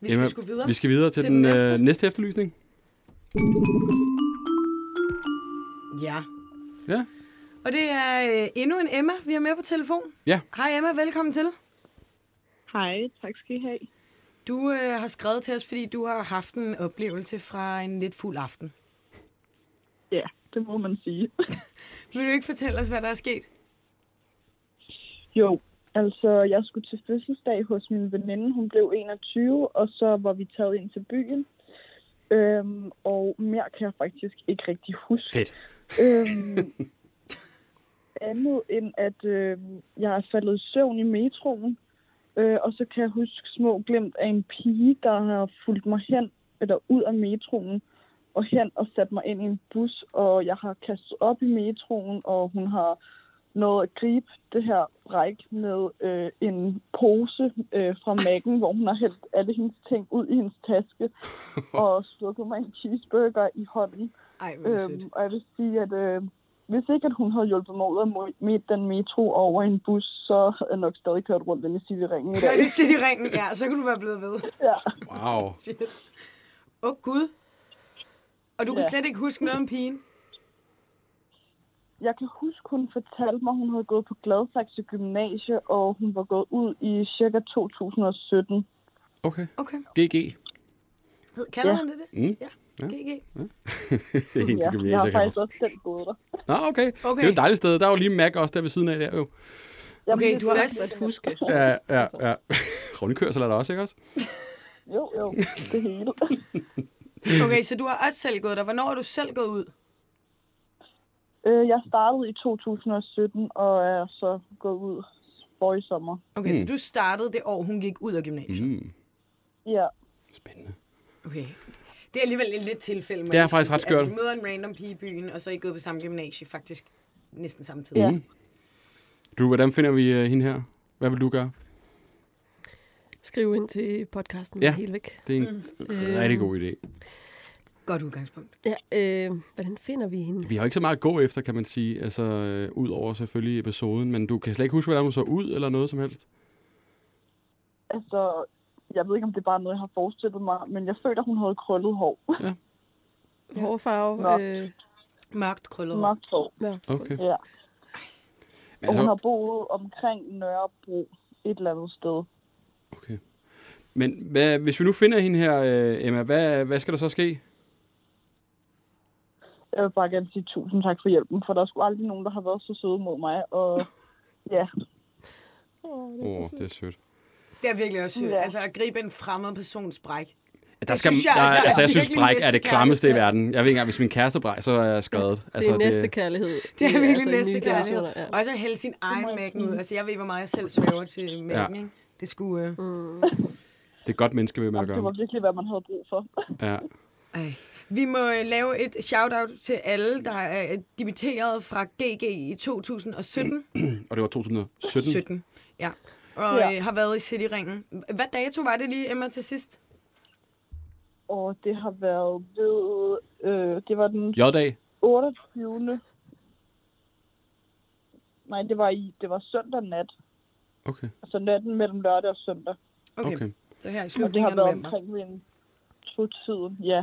S2: Vi skal
S1: Emma,
S2: sgu videre.
S1: Vi skal videre til,
S3: Til
S1: til den,
S3: den
S1: næste. Øh,
S3: næste.
S1: næste efterlysning.
S2: Ja.
S1: Ja.
S2: Og det er øh, endnu en Emma, vi har med på telefon.
S1: Ja.
S2: Hej Emma, velkommen til.
S6: Hej, tak skal I have.
S2: Du øh, har skrevet til os, fordi du har haft en oplevelse fra en lidt fuld aften.
S6: Ja, det må man sige.
S2: Vil du ikke fortælle os, hvad der er sket?
S6: Jo, altså jeg skulle til fødselsdag hos min veninde. Hun blev 21, og så var vi taget ind til byen. Øhm, og mere kan jeg faktisk ikke rigtig huske.
S1: Fedt.
S6: Øhm, andet end, at øh, jeg er faldet i søvn i metroen. Øh, og så kan jeg huske små glemt af en pige, der har fulgt mig hen, eller ud af metroen, og hen og sat mig ind i en bus, og jeg har kastet op i metroen, og hun har nået at gribe det her ræk med øh, en pose øh, fra Mac'en, hvor hun har hældt alle hendes ting ud i hendes taske, og slukket mig en cheeseburger i hånden.
S2: Ej, hvor er det
S6: Øhm,
S2: sødt.
S6: og jeg vil sige, at øh, hvis ikke at hun havde hjulpet mig ud af mo- med den metro og over i en bus, så havde jeg nok stadig kørt rundt inde i Cityringen i
S2: Ja,
S6: dag.
S2: det siger de ringen. Ja, så kunne du være blevet ved.
S1: Wow.
S2: Shit. Åh, oh, Gud. Og du ja. kan
S6: Ja.
S2: slet ikke huske noget om pigen?
S6: jeg kan huske, hun fortalte mig, at hun havde gået på Gladsaxe Gymnasie, og hun var gået ud i cirka 2017.
S1: Okay.
S2: Okay.
S1: GG.
S2: Hed- Kalder
S6: Ja.
S2: man det det?
S1: Mm.
S2: Ja. GG.
S1: Det er en til
S6: jeg
S1: gymnasiet.
S6: har
S1: jeg kan
S6: faktisk også selv gået der.
S1: Nå, okay. okay. Det
S2: Okay.
S1: er jo et dejligt sted. Der er jo lige Mac også der ved siden af der, jo.
S6: Jeg
S2: Okay,
S6: mener
S2: du har
S6: faktisk,
S2: også-
S3: At huske.
S1: Ja, ja, ja. Rundkørsel er der også, ikke også?
S6: Jo, jo, det hele.
S2: Okay, så du har også selv gået der. Hvornår er du selv gået ud?
S6: Øh, jeg startede i 2017, og er så gået ud for i sommer.
S2: Okay, mm. så du startede det år, hun gik ud af gymnasiet. Mm.
S1: Mm.
S6: Ja,
S1: Spændende.
S2: Okay. Det er alligevel et lidt tilfælde, må
S1: Det er
S2: jeg
S1: faktisk
S2: sige.
S1: ret skørt.
S2: Altså, du møder en random pige i byen, og så er I gået på samme gymnasie faktisk næsten samtidig.
S6: Ja.
S2: Ja.
S1: Mm. Du, hvordan finder vi øh, hende her? Hvad vil du gøre?
S3: Skriv ind til podcasten
S1: Ja.
S3: ja. helt væk.
S1: Det er en rigtig god idé.
S2: Godt udgangspunkt.
S3: Ja, øh, hvordan finder vi hende?
S1: Vi har jo ikke så meget at gå efter, kan man sige. Altså, øh, ud over selvfølgelig episoden. Men du kan slet ikke huske, hvordan hun så ud, eller noget som helst.
S6: altså, jeg ved ikke, om det er bare noget, jeg har forestillet mig, men jeg følte, at hun havde krøllet hår. Nå.
S3: Hårfarve? Øh,
S2: Mørkt krøllet hår.
S6: Mørkt hår,
S3: mørkt.
S1: Okay.
S6: ja. Og hun
S1: Altså,
S6: har boet omkring Nørrebro et eller andet sted.
S1: okay. Men hvad, hvis vi nu finder hende her, øh, Emma, hvad, hvad skal der så ske?
S6: Jeg vil bare gerne sige tusind tak for hjælpen, for der er sgu aldrig nogen, der har været så søde mod mig. Og ja,
S3: Åh,
S1: Åh,
S3: det er
S1: oh,
S3: så sødt.
S1: det er sødt.
S2: Det er virkelig også sødt.
S6: Ja.
S2: Altså at gribe en fremmed persons bræk.
S1: Der
S2: Det
S1: skal,
S2: synes
S1: jeg,
S2: jeg
S1: der,
S2: altså er
S1: altså, altså, jeg synes,
S2: virkelig
S1: bræk er det
S2: næstekærlighed.
S1: klammeste i verden. Jeg ved ikke engang, hvis min kæreste bræk, så er jeg Altså, skrevet.
S3: det er næste kærlighed.
S2: Det er virkelig altså
S3: nye
S2: næste kærlighed.
S3: generationer, Ja.
S2: Og så hælde sin egen mækken ud. Altså jeg ved, hvor meget jeg selv svæver til mækken, ja. ikke? Det skulle... Øh...
S1: det er et godt menneske, vil man
S6: det var
S1: gøre.
S6: virkelig, hvad man havde brug for.
S1: Ja.
S2: Ej. Vi må øh, lave et shout-out til alle, der er øh, dimitteret fra GG i 2017.
S1: Og det var 2017.
S2: 17, ja. Og
S6: Ja.
S2: øh, har været i Cityringen. Hvad dato var det lige, Emma, til sidst?
S6: Og det har været ved... Øh, det var den
S1: J-dag.
S6: 28. Nej, det var, i, det var søndag nat.
S1: Okay,
S6: Altså natten mellem lørdag og søndag.
S2: Okay. okay.
S1: okay.
S2: Så her i
S6: Og det
S2: slutningen
S6: har
S2: af
S6: været
S2: november.
S6: omkring ved en to-tiden, ja.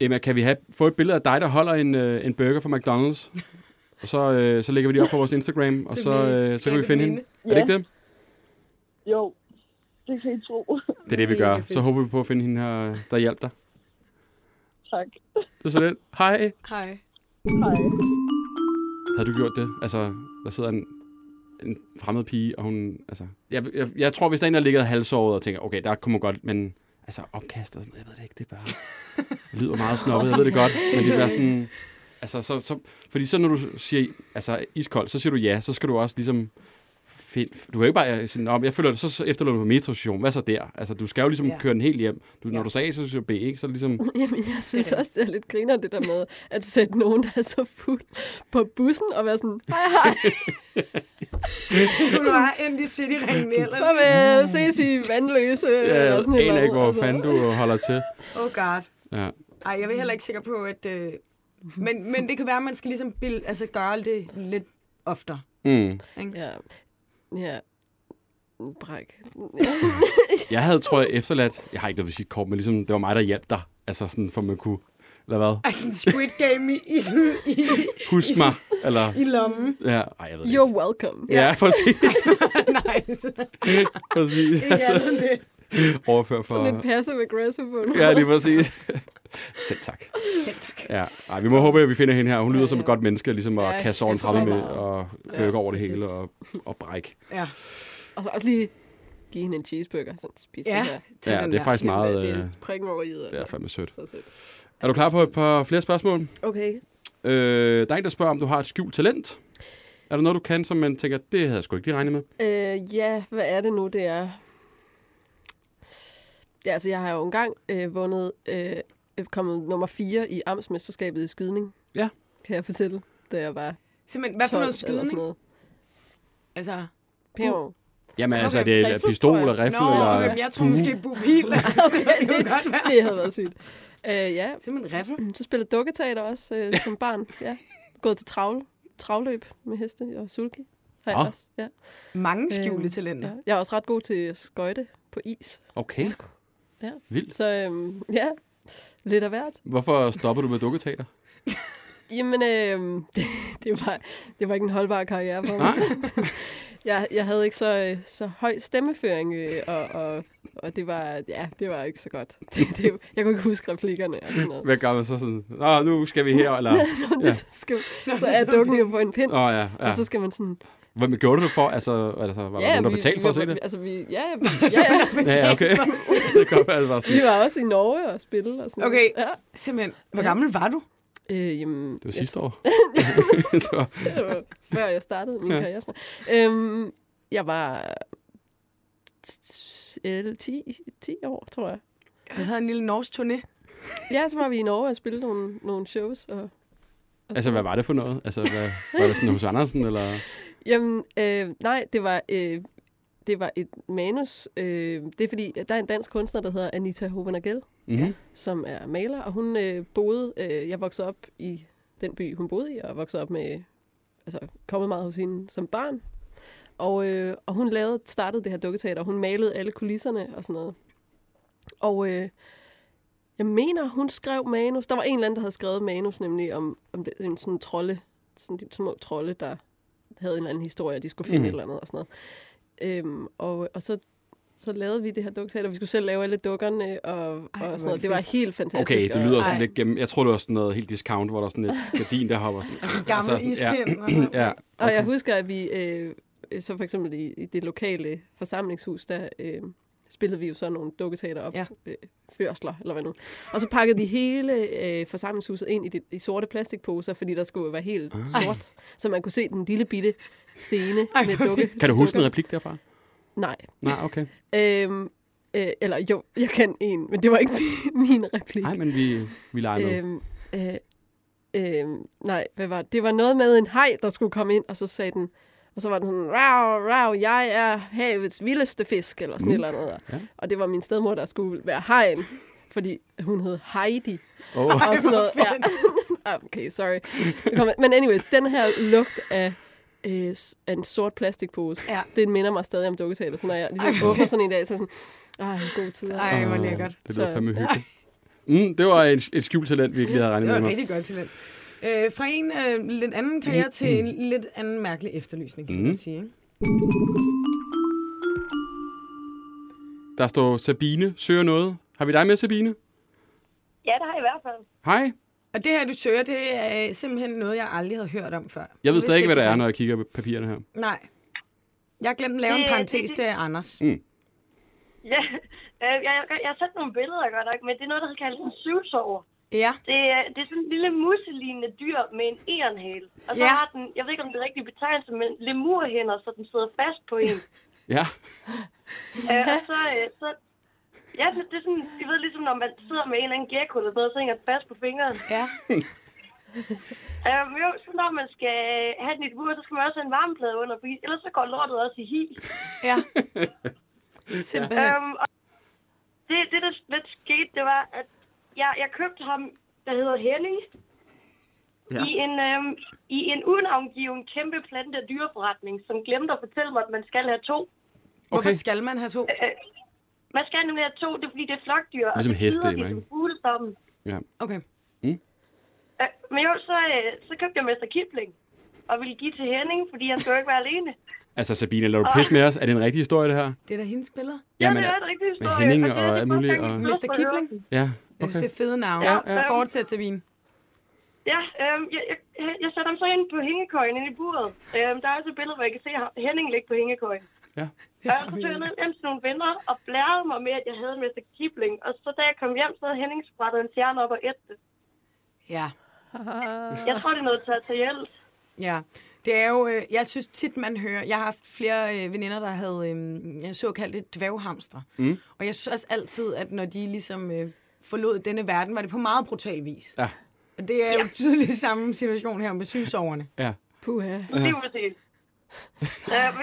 S1: Emma, kan vi have, få et billede af dig, der holder en, øh, en burger fra McDonald's? Og så, øh, så lægger vi det op på vores Instagram, og
S2: Så
S1: så,
S2: vi
S1: øh, så
S2: skaber
S1: kan vi finde
S2: et
S1: hende.
S2: minde.
S1: Er det ikke det?
S6: Jo, det kan I tro.
S1: Det er det, vi
S2: Mega
S1: gør.
S2: fedt.
S1: Så håber vi på at finde hende her, der hjalp dig.
S6: tak.
S1: Det er så lidt. Hej.
S2: Hej.
S6: Hej.
S1: Havde du gjort det? Altså, der sidder en, en fremmed pige, og hun... Altså, jeg, jeg, jeg tror, hvis der er en, der ligger halvsåret og tænker, okay, der kunne man godt, men... Altså, opkast og sådan noget, jeg ved det ikke, det er bare... Det lyder meget snobbet, jeg ved det godt, men det er bare sådan... Altså, så, så, fordi så når du siger altså, iskold, så siger du ja, så skal du også ligesom... Find, du kan jo ikke bare sige, "Nå, men jeg føler det, så, så efterlader du på metrostation, hvad så der? Altså, du skal jo ligesom
S2: Ja.
S1: ja. køre den helt hjem. Du, når
S2: Ja.
S1: du sagde A, så siger du B, ikke? Så er det ligesom...
S3: Jamen, jeg synes også, det er lidt griner det der med at sætte nogen, der er så fuld på bussen og være sådan, hej hej,
S2: Du har endelig Cityringen ellers.
S3: farvel, ses i vandløse.
S1: Mm. Ja, jeg
S3: eller sådan et eller
S1: "Øh, aner
S3: andet,
S1: ikke, hvor
S3: altså.
S1: fanden du holder til.
S2: Oh god.
S1: Ja.
S2: Ej, jeg er heller ikke sikker på, at... Øh... Men, men det kan være, at man skal ligesom bild, altså, gøre det lidt oftere.
S1: Mm.
S3: Altså, Ja, ja. Bræk.
S1: Jeg havde, tror jeg, efterladt... Jeg har ikke noget visitkort, men ligesom, det var mig, der hjalp dig. Altså sådan, for man kunne... Eller hvad?
S2: Altså en Squid Game i, i, sådan, i,
S1: Husk mig. Eller...
S2: i lommen.
S1: Ja, ej, jeg ved det ikke.
S3: You're welcome.
S1: Ja, præcis.
S2: nice.
S1: præcis.
S2: Ikke andet end det.
S1: Overfør for...
S3: Lidt passive aggressive på
S1: Ja, lige præcis. Selv tak.
S2: Selv tak.
S1: Ja, ej, vi må håbe, at vi finder hende her. Hun lyder som et
S3: ja.
S1: godt menneske, ligesom at
S3: Ja,
S1: kaste over en
S3: så
S1: fremme med
S3: meget.
S1: og bøkke over det hele og, og brække.
S2: Ja,
S3: Og så også lige give hende en cheeseburger, sådan spise
S2: ja,
S3: den her.
S2: til
S1: Ja,
S2: den
S1: det er
S2: der.
S1: faktisk meget...
S3: Det
S1: Øh,
S3: er prikken over i det.
S1: det er fandme sødt.
S3: Så sødt.
S1: Er du klar på et par flere spørgsmål?
S3: Okay.
S1: Øh, der er en, der spørger, om du har et skjult talent. Er der noget, du kan, som man tænker, det havde jeg sgu ikke lige regnet med?
S3: Øh, ja, hvad er det nu, det er? Ja, altså, jeg har jo engang øh, vundet, øh, kommet nummer 4 i Amtsmesterskabet i skydning.
S1: Ja.
S3: Kan jeg fortælle, da jeg var
S2: Simpelthen, hvad for
S3: 12
S2: noget
S3: eller sådan
S2: skydning?
S3: noget.
S2: Altså,
S3: Pæv.
S1: Jamen altså, er
S2: Okay,
S1: det
S3: riffel,
S1: pistol
S3: tror jeg.
S1: eller riffel?
S2: Nå,
S1: eller Uh.
S2: okay, men jeg tror måske bubil. Altså, det kunne godt være.
S3: Det havde været sygt. Øh, ja,
S2: Simpelthen riffel.
S3: så spillede dukketeater også øh, som barn. Ja. Gået til travl, travløb med heste og sulki. Har jeg
S1: Nå.
S3: også. Ja.
S2: Mange skjulte
S3: Øhm,
S2: talenter.
S3: ja. Jeg er også ret god til skøjte på is.
S1: Okay.
S3: Ja.
S1: Vildt.
S3: Så øhm, ja, lidt af hvert.
S1: Hvorfor stopper du med dukketeater?
S3: Jamen, øh, det, det, var, det var ikke en holdbar karriere for mig.
S1: Nej.
S3: Jeg, jeg havde ikke så, øh, så høj stemmeføring, øh, og, og, og det, var, ja, det var ikke så godt. Det, det, jeg kunne ikke huske replikkerne og sådan noget.
S1: Hvad gør man så sådan? Nå, nu skal vi her, eller...
S3: Nå, det, så, skal, så er dukken jo på en pind,
S1: Åh, oh, ja, ja.
S3: og så skal man sådan...
S1: Hvad men gjorde du det for? Altså, altså var der nogen, der betalte for at
S3: vi,
S1: se det?
S3: Altså, vi, ja, ja, ja, ja,
S1: Ja, ja, okay. det kan godt være, det var sådan.
S3: vi var også i Norge og spille og sådan
S2: Okay.
S3: noget. Ja.
S2: Simpelthen. Hvor gammel var du?
S3: Øh, jamen,
S1: Det var sidste år. så,
S3: det var før jeg startede min karriere. tror jeg. Øhm, jeg var t- el- 10, 10 år, tror jeg.
S2: Jeg havde en lille norsk turné.
S3: Ja, så var vi i Norge og spillede nogle, nogle shows. Og, og
S1: altså,
S3: sådan.
S1: hvad var det for noget? Altså, hvad, var det sådan hos Andersen, eller...
S3: Jamen, øh, nej, det var, øh, det var et manus. Øh, det er fordi, der er en dansk kunstner, der hedder Anita Hovenagel,
S1: Mm-hmm.
S3: som er maler, og hun øh, boede, øh, jeg voksede op i den by, hun boede i, og voksede op med, altså kommet meget hos hende som barn. Og, øh, og hun lavede, startede det her dukketeater, og hun malede alle kulisserne og sådan noget. Og øh, jeg mener, hun skrev manus. Der var en eller anden, der havde skrevet manus, nemlig om, om det, en sådan trolde, sådan de små trolde, der havde en eller anden historie, og de skulle finde
S1: Mhm.
S3: mm. et eller andet og sådan noget. Øhm, og, og så, så lavede vi det her dukketeater, og vi skulle selv lave alle dukkerne og,
S2: hvor
S3: Ej,
S2: er
S3: og
S2: det
S3: sådan noget. Det var
S2: fedt.
S3: helt fantastisk.
S1: Okay, det
S3: og-
S1: lyder
S2: Ej.
S1: sådan lidt gennem... Jeg tror, det var sådan noget helt discount, hvor der er sådan et gardin, der hopper sådan...
S2: En gammel
S1: Altså, ja.
S2: ispind.
S1: Ja,
S3: Og jeg husker, at vi øh, så for eksempel i, i det lokale forsamlingshus, der øh, spillede vi jo så nogle dukketeater op,
S2: Ja.
S3: ja. øh, førsler eller hvad nu. Og så pakkede de hele øh, forsamlingshuset ind i, de, i sorte plastikposer, fordi der skulle jo være helt ah. sort, så man kunne se den lille bitte scene
S2: Ej,
S3: Ej, med
S2: hvor
S3: dukke.
S1: Kan du huske en
S3: dukker.
S1: replik derfra?
S3: Nej.
S1: Nej, okay.
S3: Øhm, øh, eller jo, jeg kan en, men det var ikke min replik.
S1: Nej, men vi, vi leger med.
S3: Øhm, øh, øhm, nej, hvad var det? Det var noget med en hej, der skulle komme ind, og så sagde den, og så var den sådan, rav, rav, jeg er havets vildeste fisk, eller sådan mm. et eller andet.
S1: Uh, Ja.
S3: Ja. Og det var min stedmor, der skulle være hejen, fordi hun hed Heidi.
S1: Åh, oh,
S3: og sådan noget. Ja. Ah, okay, sorry. Det kommer- Men anyways, den her lugt af, øh, s- af en sort plastikpose,
S2: Ja.
S3: ja. det minder mig stadig om dukketeater. Så når jeg ligesom
S2: Ej.
S3: åbner sådan en dag, så er jeg sådan, ej, god tid.
S2: Ej, hvor lækkert.
S1: det lyder
S3: Så-
S1: fandme hyggeligt. Mm, det var en, et skjult talent, vi ikke lige havde
S2: Det
S1: regnet
S2: var
S1: med.
S2: et
S1: mig.
S2: rigtig godt talent. Øh, fra en øh, lidt anden karriere til en lidt anden mærkelig efterlysning, kan
S1: Mm.
S2: man sige. ikke?
S1: Der står Sabine søger noget. Har vi dig med, Sabine?
S7: Ja, det har jeg i hvert fald.
S1: Hej.
S2: Og det her, du søger, det er øh, simpelthen noget, jeg aldrig havde hørt om før.
S1: Jeg ved stadig ikke, hvad det er, når jeg
S2: jeg...
S1: kigger på papirerne her.
S2: Nej. Jeg har glemt at lave en
S7: Det-
S2: parentes
S7: det-
S2: til Anders.
S7: Ja, øh, jeg, jeg, jeg har sat nogle billeder godt nok, men det er noget, der hedder kaldt en syvsover.
S2: Ja.
S7: Det, er- det er sådan en lille muselignende dyr med en erenhale. Og så
S2: Ja.
S7: ja. har den, jeg ved ikke om det er rigtig betegnelse, men lemurhænder, så den sidder fast på en.
S1: Ja.
S7: øh, og så, øh, så Ja, det, det er sådan, jeg ved ligesom, når man sidder med en eller anden gecko eller sådan noget, så hænger den fast på fingeren.
S2: Ja.
S7: Øhm, jo, så når man skal have den i et bur, så skal man også have en varmeplade under, fordi ellers så går lortet også i hi.
S2: Ja. Simpelthen.
S7: Øhm, og det, det, der lidt skete, det var, at jeg, jeg købte ham, der hedder Henning,
S1: Ja.
S7: ja. i en, øhm, i en unavngiven kæmpe plante- og dyreforretning, som glemte at fortælle mig, at man skal have to.
S2: Hvorfor
S1: Okay.
S2: skal man have to?
S7: Man skal nemlig have to, det er fordi, det er flokdyr, og
S1: Ligesom
S7: det
S1: heste,
S7: glider de
S1: ikke?
S7: som fugle sammen.
S2: Okay.
S7: Øh, men jo, så, øh, så købte jeg Mester Kipling og ville give til Henning, fordi han skulle jo ikke være alene.
S1: Altså, Sabine, lader du pisse med os? Er det en rigtig historie, det her?
S2: Det er da hendes billeder.
S7: ja, det er en rigtig historie.
S1: Henning
S7: det er
S1: og
S7: de
S1: alt
S7: første
S1: muligt,
S7: gang,
S1: og-
S7: vi
S2: Mr.
S7: mødte på
S2: Kipling?
S7: Øresund.
S1: Ja,
S2: Jeg synes,
S1: okay.
S2: det er fede navn.
S1: Ja,
S2: Ja,
S7: ja.
S2: Fortsæt, Sabine.
S7: Ja, øhm, jeg, jeg, jeg- jeg sætter ham så ind på hængekøjen inde i buret. Øhm, der er også et billede, hvor jeg kan se ham- Henning ligge på hængekøjen.
S1: Ja.
S7: Og så tog jeg ned hjem til nogle venner og blærede mig med, at jeg havde Mr. Kipling. Og så da jeg kom hjem, så havde Henning sprættet en stjerne op og et det.
S2: Ja.
S7: Jeg tror, det er noget territorielt.
S2: Ja, det er jo, øh, jeg synes tit, man hører, jeg har haft flere øh, veninder, der havde øh, såkaldte dværghamstre. Mm. Og jeg synes også altid, at når de ligesom øh, forlod denne verden, var det på meget brutal vis.
S1: Ja.
S2: Og det er jo tydeligt samme situation her med sygesoverne.
S1: Ja.
S3: Puha.
S7: Det må sige. øhm,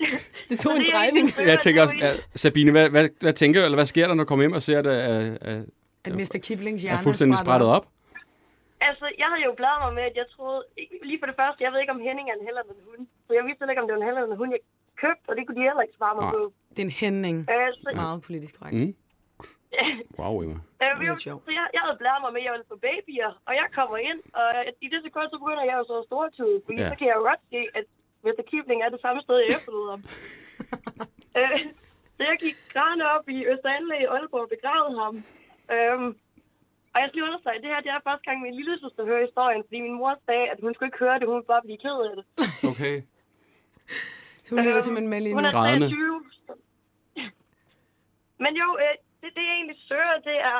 S7: jeg,
S3: Det tog
S7: så
S3: en
S7: det er
S3: drejning.
S7: egentlig-
S1: Jeg tænker også,
S7: det er jo
S1: ja, Sabine, hvad, hvad, hvad tænker du, eller hvad sker der, når du kommer hjem og ser, at det er, er,
S2: At Mr. Kiplings hjerne
S1: er fuldstændig sprættet op?
S7: Altså, jeg havde jo bladet mig med, at jeg troede... Lige for det første, jeg ved ikke, om Henning er en heller eller en hund. Så jeg vidste heller ikke, om det var en heller eller en hund, jeg købte, og det kunne de heller ikke svare mig
S1: Nej.
S7: på.
S2: Det er en hændning.
S7: Øh, så,
S2: Meget politisk korrekt.
S1: Mm. Wow, Emma.
S7: Øh,
S2: er
S7: vi,
S2: lidt sjovt.
S7: så jeg, jeg havde blæret mig med, at jeg ville få babyer, og jeg kommer ind, og i det sekund, så begynder jeg jo så at stortide, fordi
S1: Ja.
S7: ja. så kan jeg jo godt se, at Mr. Kipling er det samme sted, jeg efterlod ham. øh, så jeg gik grædende op i Østeranlæg i Aalborg og begravede ham. Øhm, og jeg skal lige understrege, at det her det er første gang, min lille søster hører historien, fordi min mor sagde, at hun skulle ikke høre det, hun ville bare blive ked af det.
S1: Okay.
S2: Så hun lytter simpelthen med lige nu.
S7: Altså, Hun er
S1: Grædende.
S7: 23. Men jo, øh, det, det jeg egentlig søger, det er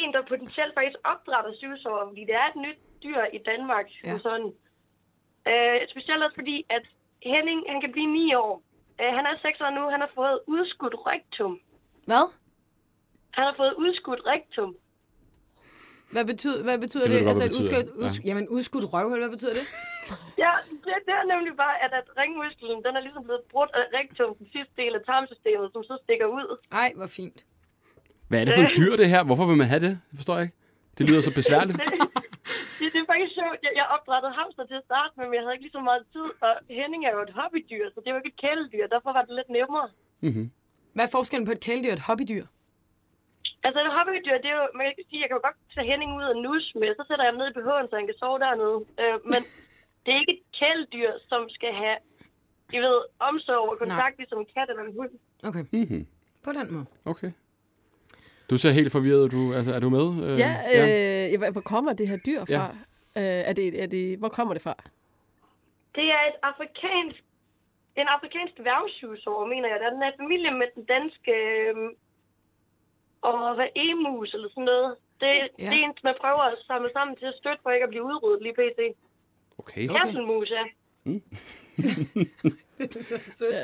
S7: en, der potentielt faktisk opdrætter syvsover, fordi det er et nyt dyr i Danmark.
S2: Ja.
S7: Ja. Sådan. Øh, specielt også fordi, at Henning, han kan blive 9 år. Øh, han er 6 år nu, han har fået udskudt rektum.
S2: Hvad?
S7: Han har fået udskudt rektum.
S2: Hvad betyder, hvad betyder
S1: Det
S2: det?
S1: ved du godt,
S2: altså,
S1: hvad
S2: et
S1: betyder.
S2: udskudt, uds,
S1: Ja.
S2: jamen, udskudt røvhul, hvad betyder det?
S7: Ja, det, det er nemlig bare, at, at ringmusklen, den er ligesom blevet brudt af rektum, den sidste del af tarmsystemet, som så stikker ud.
S2: Ej, hvor fint.
S1: Hvad er det for et dyr, det her? Hvorfor vil man have det? Det forstår jeg ikke. Det lyder så besværligt.
S7: det, det er faktisk sjovt. Jeg, jeg opdrættede hamster til at starte med, men jeg havde ikke lige så meget tid. Og Henning er jo et hobbydyr, så det var ikke et kæledyr. Derfor var det lidt nemmere.
S1: Mm-hmm.
S2: Hvad er forskellen på et kæledyr og et hobbydyr?
S7: Altså et hobbydyr, det er jo... Man kan sige, jeg kan jo godt tage Henning ud og nus med, så sætter jeg ham ned i BH'en, så han kan sove dernede. Øh, men det er ikke et kæledyr, som skal have I ved, omsorg og kontakt, ligesom en kat eller en hund.
S2: Okay,
S1: Mm-hmm.
S2: på den måde.
S1: Okay. Du ser helt forvirret ud. Du, altså, er du med? Øh,
S3: Ja, øh, ja. hvor kommer det her dyr
S1: Ja.
S3: fra? Øh, er det, er det, hvor kommer det fra?
S7: Det er et afrikansk, en afrikansk dværgsjusår, mener jeg. Den er i familie med den danske øh, og hvad, emus eller sådan noget. Det,
S2: Ja.
S7: ja. det er en, som jeg prøver at samle sammen til at støtte for ikke at blive udryddet lige pt.
S1: Okay.
S2: Okay.
S7: Hasselmus, ja.
S3: Ja,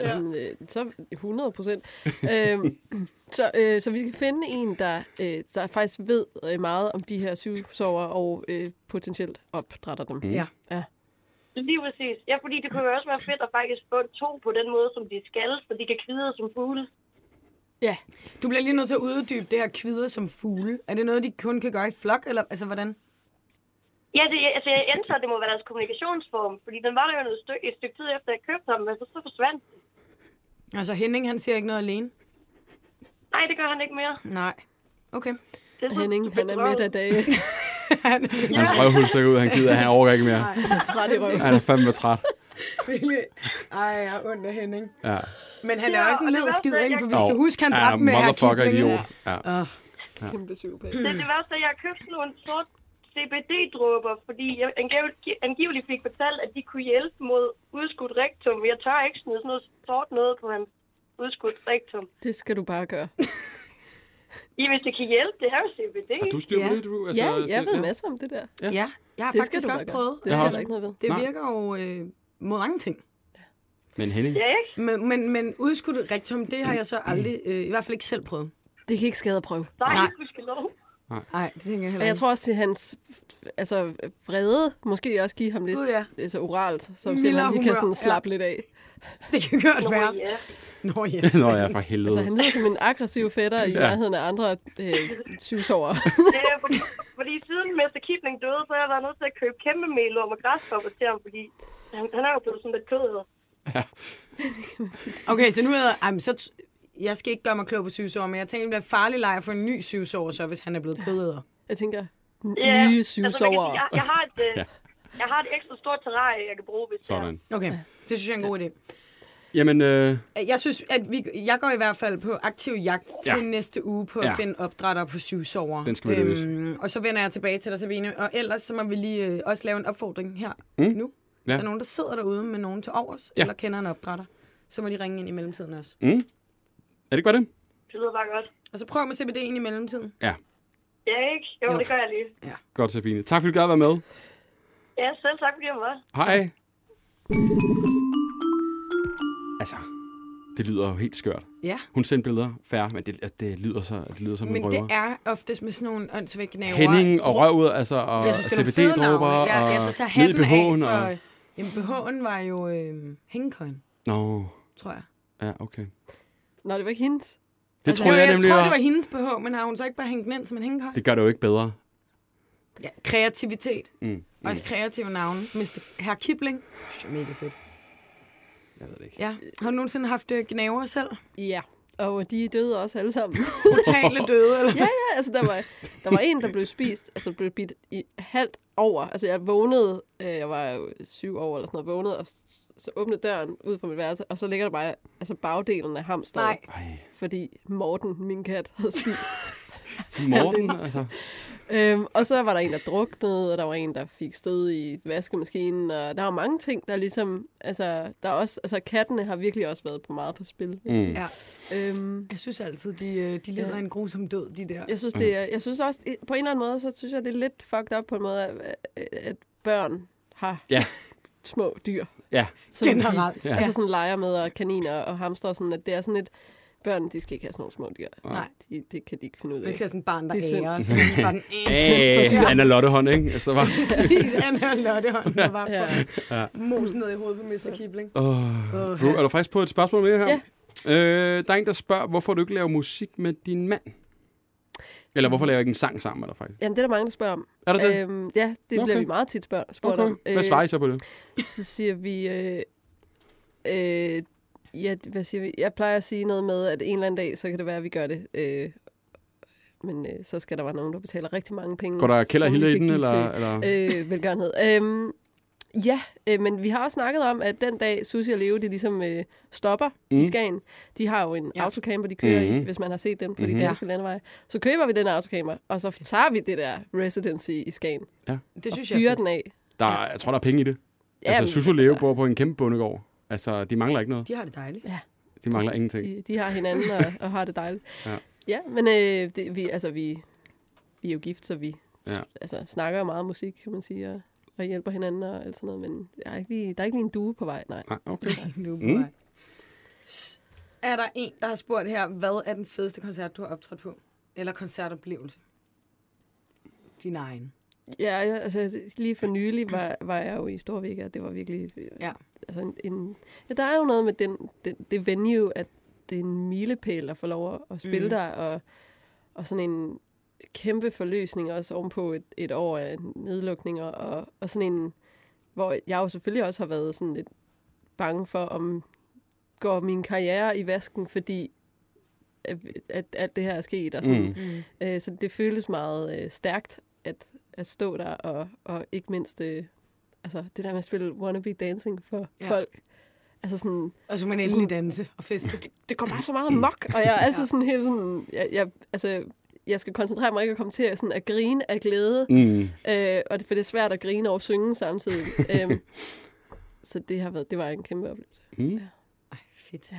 S3: sådan, øh, så 100 procent. øhm, så, øh, så vi skal finde en, der, øh, der faktisk ved øh, meget om de her syvsover og øh, potentielt opdrætter dem.
S1: Mm.
S2: Ja.
S3: ja.
S7: Lige præcis. Ja, fordi det kunne jo også være fedt at faktisk få to på den måde, som de skal, så de kan kvide som fugle.
S3: Ja,
S2: Du bliver lige nødt til at uddybe det her kvider som fugle. Er det noget, de kun kan gøre i flok, eller altså hvordan?
S7: Ja, det, altså, jeg antager, at det må være deres kommunikationsform, fordi den var der jo noget stykke, et stykke tid efter, jeg købte ham, men så, så forsvandt den.
S2: Altså Henning, han siger ikke noget alene.
S7: Nej, det gør han ikke mere.
S2: Nej. Okay.
S7: Det er så-
S3: Henning,
S7: det
S3: han er midt af dagen.
S2: Han
S1: Hans røvhul ser ud. Han gider, han overgår ikke mere.
S3: Han er træt i røven.
S1: Han er fandme træt.
S2: er Ej, jeg er ondt af Henning.
S1: Ja.
S2: Men han er
S7: Ja,
S2: også en
S7: og det
S2: led
S7: værste
S2: skid,
S7: er,
S2: ikke?
S7: jeg-
S2: For vi skal
S1: Jo.
S2: huske, han
S1: Ja,
S2: dræbte med her
S1: motherfucker
S2: Kipling.
S1: idiot. Ja.
S2: Åh,
S3: Kæmpe syvpæl.
S1: Mm.
S7: Det, det værste er, at jeg har købt nogle sort CBD-dråber, fordi jeg angiv- angiveligt fik fortalt, at de kunne hjælpe mod udskudt rektum. Men Jeg tør ikke smide sådan noget sort noget på hans udskudt rektum.
S3: Det skal du bare gøre.
S7: I, hvis det kan hjælpe, det er jo CBD.
S1: Har du styr på
S2: Ja.
S1: det, du? Altså,
S3: Ja, jeg ved
S1: ja.
S3: masser om det der.
S2: Ja, jeg har
S3: Det skal
S2: faktisk
S3: du bare
S2: også
S3: gøre.
S2: prøvet.
S3: Det
S1: har
S3: skal
S1: også-
S3: der ikke noget ved.
S2: Det
S1: Nej.
S2: virker jo øh, mod mange ting.
S1: Men Henning,
S7: Ja, ikke?
S2: Men, men, men udskudt rektum, det har jeg så aldrig, øh, i hvert fald ikke selv prøvet.
S3: Det kan ikke skade at prøve.
S7: Nej,
S2: Nej.
S7: Nej. du skal lov.
S2: Nej, det tænker jeg heller
S3: Og jeg tror også, at hans altså, vrede måske også give ham lidt
S2: Gud, ja.
S3: altså, oralt, som
S2: Mildere
S3: simpelthen lige kan
S2: humør,
S3: sådan
S2: ja.
S3: slappe lidt af.
S2: Det kan godt
S7: Nå,
S2: være.
S7: ja.
S2: Nå ja.
S1: Nå, jeg er for helvede.
S3: Altså, han lyder som en aggressiv fætter i nærheden af andre øh, syvsover.
S7: Det er, fordi, fordi siden Mester Kipling døde, så har jeg været nødt til at købe kæmpe melorm og græskopper til ham, fordi han, han er jo blevet sådan lidt kød.
S2: Okay, så nu er jeg... så t- jeg skal ikke gøre mig klog på syvsår, men jeg tænker, det bliver farlig leg for en ny syvsår, så hvis han er blevet kødæder.
S3: Jeg tænker, n-
S7: Ja,
S3: nye
S7: altså, man kan sige,
S3: syvsover.
S7: jeg, jeg, har et, øh,
S1: Ja.
S7: jeg har et ekstra stort terrarie, jeg kan bruge, hvis det er.
S1: Sådan.
S2: Okay, det synes jeg er en god idé.
S1: Jamen, øh,
S2: Jeg synes, at vi, jeg går i hvert fald på aktiv jagt til
S1: Ja.
S2: ja. næste uge på at
S1: Ja.
S2: ja. finde opdrætter på syvsover.
S1: Den skal vi løse.
S2: og så vender jeg tilbage til dig, Sabine. Og ellers så må vi lige øh, også lave en opfordring her mm. nu.
S1: Ja.
S2: Ja. Så nogen, der sidder derude med nogen til overs,
S1: Ja.
S2: ja. eller kender en opdrætter, så må de ringe ind i mellemtiden også.
S1: er det ikke bare det?
S7: Det lyder bare godt.
S2: Og så prøv med CBD'en i mellemtiden.
S7: Ja, ikke? Jo,
S2: Jo.
S7: jo. det gør jeg lige.
S1: Godt, Sabine. Tak fordi du gad at være med.
S7: Ja, selv tak fordi jeg måtte.
S1: Hej. Altså, det lyder jo helt skørt.
S2: Ja.
S1: Hun sendte billeder, færre, men det, altså, det lyder så, det lyder som en
S2: Men
S1: røver.
S2: det er oftest med sådan nogle åndsvæk naver.
S1: Henning og røvet, altså, og
S2: Jeg synes, det er nogle fede
S1: CBD-dråber,
S2: navne.
S1: og
S2: Jeg, jeg så tager
S1: ned i
S2: hatten af
S1: BH'en.
S2: for...
S1: Og...
S2: Jamen, BH'en var jo øh, hængekøjen,
S1: Nå,
S2: tror jeg.
S1: ja, okay.
S3: Nå, det var ikke hendes.
S1: Det
S3: Altså,
S1: tror
S2: jo,
S1: jeg,
S2: jeg
S1: nemlig
S2: tror,
S1: var.
S2: det var hendes BH, men har hun så ikke bare hængt den ind som en hængekøj?
S1: Det gør det jo ikke bedre.
S2: Ja, kreativitet.
S1: Mm.
S2: Også kreative navne. Mr. Herr Kipling. Det er mega fedt.
S1: Jeg ved det ikke.
S2: Ja. Har du nogensinde haft øh, gnaver selv?
S3: Ja, Og de døde også alle sammen.
S2: Brutale døde, eller?
S3: ja, ja, altså der var, der var en, der blev spist, altså blev bidt i halvt over. Altså jeg vågnede, øh, jeg var jo syv år eller sådan noget, vågnede og s- så åbnede døren ud fra mit værelse, og så ligger der bare altså bagdelen af hamsteren,
S2: Nej.
S1: Ej,
S3: fordi Morten, min kat, havde spist.
S1: så Morten, altså.
S3: øhm, og så var der en, der druknede, og der var en, der fik stød i vaskemaskinen, og der var mange ting, der ligesom, altså, der er også, altså kattene har virkelig også været på meget på spil. vil jeg
S1: Mm.
S3: sige.
S2: Ja.
S3: Øhm,
S2: Jeg synes altid, de, øh, de lider
S3: Ja.
S2: af en grusom død, de der.
S3: Jeg
S1: Mm.
S3: synes, det er, jeg synes også, på en eller anden måde, så synes jeg, det er lidt fucked up på en måde, at, at børn har
S1: Ja.
S3: små dyr.
S1: Ja.
S3: Som
S2: Generelt,
S3: De,
S1: ja.
S3: ja. Altså sådan leger med og kaniner og hamster, sådan, at det er sådan et, børn, de skal ikke have sådan nogle små dyr.
S2: Nej.
S3: De, det kan de ikke finde ud af.
S2: Man ser sådan et barn, der
S3: Det er synd.
S2: ærer, og så er de bare den
S1: Æh, Anna Lottehånd, ikke? Altså, der var...
S2: Præcis, Anna Lottehånd, der var
S3: Ja.
S2: på mosen ned i hovedet på Mr. Kipling.
S1: Åh, Bro, er du faktisk på et spørgsmål mere her?
S3: Ja.
S1: Øh, der er en, der spørger, hvorfor du ikke laver musik med din mand? Eller hvorfor laver I ikke en sang sammen med dig, faktisk?
S3: Jamen, det er der mange, der spørger om.
S1: Er det
S2: Øh,
S1: det?
S3: Øhm, ja, det
S1: Nå,
S3: okay. bliver
S1: okay.
S3: vi meget tit spørg- spurgt
S1: Okay.
S3: om.
S1: Hvad svarer I så på det?
S2: Øh,
S3: så siger vi... Øh, øh, ja, hvad siger vi? Jeg plejer at sige noget med, at en eller anden dag, så kan det være, at vi gør det. Øh, men øh, så skal der være nogen, der betaler rigtig mange penge.
S1: Går der
S3: som
S1: kælder
S3: vi
S1: hele i
S3: kan
S1: den,
S3: give
S1: eller...
S3: til,
S1: eller?
S3: Øh, velgørenhed. Øhm, ja, øh, men vi har også snakket om, at den dag Susie og Leo, de ligesom øh, stopper mm.
S1: Mm.
S3: i Skagen. De har jo en
S2: Ja.
S3: ja. autocamper, de kører mm-hmm.
S1: Mhm.
S3: i, hvis man har set den på mm-hmm.
S1: Mhm.
S3: de danske landeveje. Så køber vi den autocamper, og så tager vi det der residency i Skagen
S2: Det
S3: og
S2: synes jeg er
S3: fyrer
S2: fedt.
S3: den af.
S1: Der, er- jeg tror, der er penge i det. Ja,
S3: Jamen,
S1: altså, Susu Leo
S3: altså,
S1: bor på en kæmpe bondegård. Altså, de mangler ikke noget.
S2: De har det dejligt.
S1: De mangler
S3: præcis.
S1: ingenting.
S3: De, de har hinanden og, og har det dejligt.
S1: Ja.
S3: ja men øh, det, vi, altså, vi, vi er jo gift, så vi
S1: Ja.
S3: ja. altså, snakker jo meget musik, kan man sige, og, og hjælper hinanden og alt sådan noget. Men der er ikke lige, der er ikke lige en due på vej, nej.
S1: Nej, Ah, okay.
S2: Nu er på
S1: Mm.
S2: vej. S- Er der en, der har spurgt her, hvad er den fedeste koncert, du har optrådt på? Eller koncertoplevelse? Din egen.
S3: Ja, ja, altså lige for nylig var, var jeg jo i Storvik, og det var virkelig... øh,
S2: Ja.
S3: Altså en, en, ja, der er jo noget med den, den, det venue, at det er en milepæl at få lov at, at spille
S2: Mm.
S3: mm. der, og, og sådan en kæmpe forløsning også ovenpå et, et år af nedlukninger, og, og sådan en, hvor jeg jo selvfølgelig også har været sådan lidt bange for, om går min karriere i vasken, fordi at, at, at det her er sket, og sådan,
S1: Mm.
S2: Mm.
S3: Øh, så det føles meget øh, stærkt at, at stå der, og, og ikke mindst øh, altså, det der med at spille wannabe dancing for
S2: Ja.
S3: ja. folk. Altså sådan,
S2: Og så må man endelig danse og feste.
S3: det går bare så meget mok, og jeg er altid
S2: Ja.
S3: ja. sådan helt sådan, jeg, jeg, altså, jeg skal koncentrere mig ikke at komme til at, sådan, at grine af glæde,
S1: Mm.
S3: øh, og det, for det er svært at grine og synge samtidig. øhm, så det har været, det var en kæmpe oplevelse.
S1: Mm.
S2: Ej, fedt.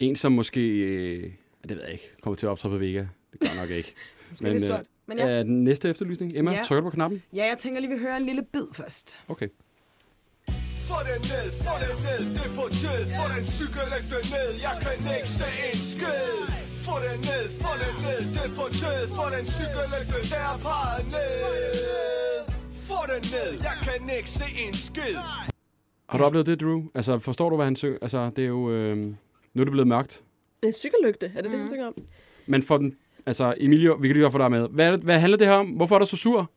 S1: En, som måske... Øh, det ved jeg ikke. Kommer til at optræde på Vega. Det gør jeg nok ikke.
S2: Men, det er
S1: øh,
S2: stort. Men ja.
S1: Ja. den næste efterlysning. Emma,
S2: Ja.
S1: ja. trykker du på knappen?
S2: ja, jeg tænker lige, vi hører en lille bid først.
S1: Okay.
S8: Få den ned, få den ned, det er på død Få den psykologte ned, jeg kan ikke se en skid Få den ned, få den ned, det er på død Få den psykologte, der er peget ned Få den ned, jeg kan ikke se en skid
S1: Har du oplevet det, Drew? Altså, forstår du, hvad han synger? Altså, det er jo... Øh, nu er det blevet mørkt.
S3: En cykellygte, er det mm. det, du tænker om?
S1: Men for den... Altså, Emilio, vi kan lige godt få dig med. Hvad, er det, hvad handler det her om? Hvorfor er du så sur?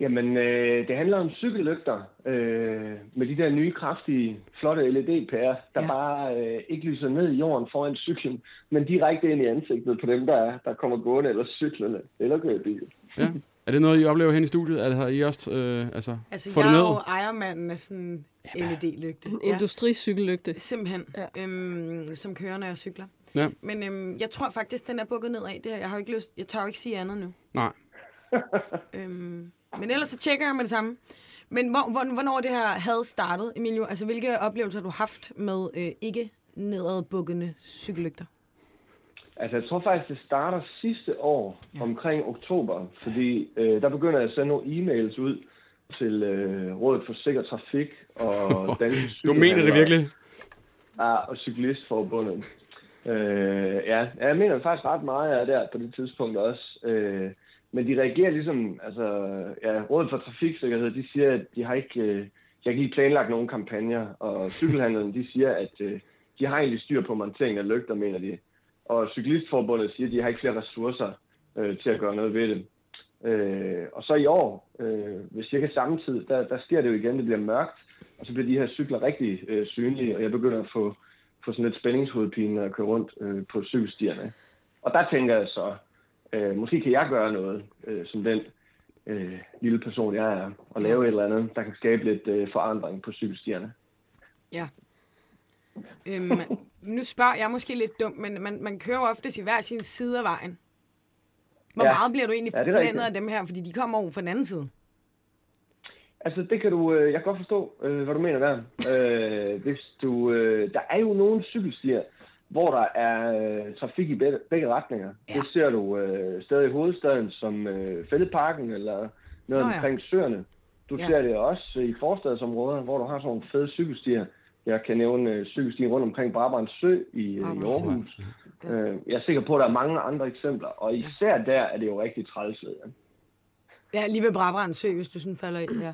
S9: Jamen, øh, det handler om cykellygter øh, med de der nye, kraftige, flotte LED-pærer,
S2: Ja.
S9: der ja. bare øh, ikke lyser ned i jorden foran cyklen, men direkte ind i ansigtet på dem, der, der kommer gående eller cyklerne eller kører i bil.
S1: Ja. Er det noget, I oplever hen i studiet? Er det, har I også... Øh, altså,
S2: Altså,
S1: får
S2: jeg
S1: det
S2: er
S1: ned?
S2: jo ejermanden af sådan en LED-lygte.
S3: En industricykellygte.
S2: Simpelthen, ja. øhm, som kører, når jeg cykler.
S1: Ja.
S2: Men øhm, jeg tror faktisk, den er bukket nedad. Det her. Jeg har jo ikke lyst, jeg tør jo ikke sige andet nu.
S1: Nej.
S2: Øhm, men ellers så tjekker jeg med det samme. Men hvor, hvor, hvornår er det her havde startet, Emilio? Altså, hvilke oplevelser har du haft med øh, ikke nedadbukkende cykellygter?
S9: Altså, jeg tror faktisk, det starter sidste år, ja. omkring oktober, fordi øh, der begynder jeg at sende nogle e-mails ud til øh, Rådet for Sikker Trafik og Danske
S1: Du mener det
S9: Cykelhandlere.
S1: virkelig?
S9: Ja, og Cyklistforbundet. Øh, ja, ja, jeg mener faktisk ret meget af der på det tidspunkt også. Øh, men de reagerer ligesom, altså, ja, Rådet for Trafiksikkerhed, de siger, at de har ikke, øh, de har ikke lige planlagt nogen kampagner, og cykelhandlerne, de siger, at øh, de har egentlig styr på monteringen af lygter, mener de. Og Cyklistforbundet siger, at de har ikke flere ressourcer øh, til at gøre noget ved det. Øh, og så i år, øh, ved cirka samme tid, der, der sker det jo igen, det bliver mørkt, og så bliver de her cykler rigtig øh, synlige, og jeg begynder at få, få få sådan lidt spændingshovedpine og køre rundt øh, på cykelstierne. Og der tænker jeg så, øh, måske kan jeg gøre noget øh, som den øh, lille person, jeg er, og lave et eller andet, der kan skabe lidt øh, forandring på cykelstierne.
S2: Ja. Øhm, nu spørger jeg måske lidt dumt, men man, man kører jo oftest i hver sin side af vejen. Hvor ja.
S9: Ja.
S2: meget bliver du egentlig
S9: Ja, det er
S2: forblændet
S9: rigtigt.
S2: af dem her? Fordi de kommer over fra den anden side.
S9: Altså, det kan du... Øh, jeg kan godt forstå, øh, hvad du mener der. Øh, hvis du... Øh, der er jo nogle cykelstier, hvor der er øh, trafik i begge, begge retninger. Ja. Det ser du øh, stadig i hovedstaden som øh, Fældeparken eller noget
S2: Nå
S9: oh,
S2: ja.
S9: ja. omkring Søerne. Du
S2: Ja.
S9: ja. ser det også i forstadsområder, hvor du har sådan nogle fede cykelstier. Jeg kan nævne øh, cykelstien rundt omkring Brabrands Sø i, øh, i
S2: Brabrand Sø.
S9: Aarhus. Øh, jeg er sikker på, at der er mange andre eksempler, og især der er det jo rigtig trælslet.
S2: Ja, lige ved Brabrand Sø, hvis du sådan falder i. Ja.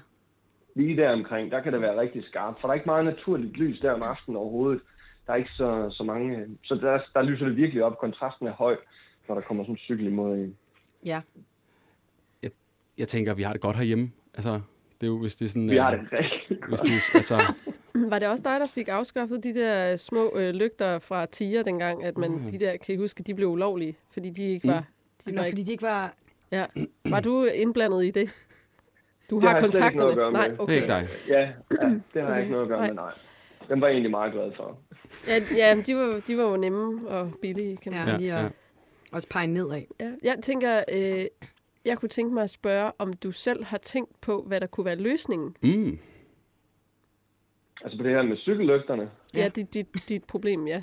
S9: lige der omkring, der kan det være rigtig skarpt, for der er ikke meget naturligt lys der om aftenen overhovedet. Der er ikke så, så mange, øh, så der, der lyser det virkelig op. Kontrasten er høj, når der kommer sådan en cykel imod en.
S2: ja.
S1: Jeg tænker, vi har det godt herhjemme. Altså, det er jo, hvis det er sådan...
S9: Vi
S1: øh,
S9: har det rigtig
S1: Hvis
S9: godt.
S1: det, er- altså,
S3: Var det også dig, der fik afskaffet de der øh, små øh, lygter fra tiger dengang, at man,
S9: Mm.
S3: de der, kan I huske, de blev ulovlige, fordi de ikke var... De
S2: Nå,
S3: var,
S2: fordi
S3: ikke,
S2: de ikke var...
S3: ja. var du indblandet i det? Du
S9: har
S3: har
S9: jeg slet ikke noget
S3: kontakterne?
S9: at gøre med.
S3: Nej,
S1: det er
S3: okay.
S1: ikke dig.
S9: Ja, ja, det har jeg ikke noget at gøre
S3: Nej.
S9: med, nej. Den var jeg egentlig meget glad for.
S3: Ja, ja de, var, de var jo nemme og billige, kan
S2: Ja,
S3: man sige.
S1: Ja,
S2: ja, lige at,
S1: ja.
S2: Også pege nedad.
S3: Ja. Jeg tænker, øh, jeg kunne tænke mig at spørge, om du selv har tænkt på, hvad der kunne være løsningen?
S1: Mm,
S9: Altså på det her med cykellygterne,
S3: Ja, ja dit, dit, dit problem, ja.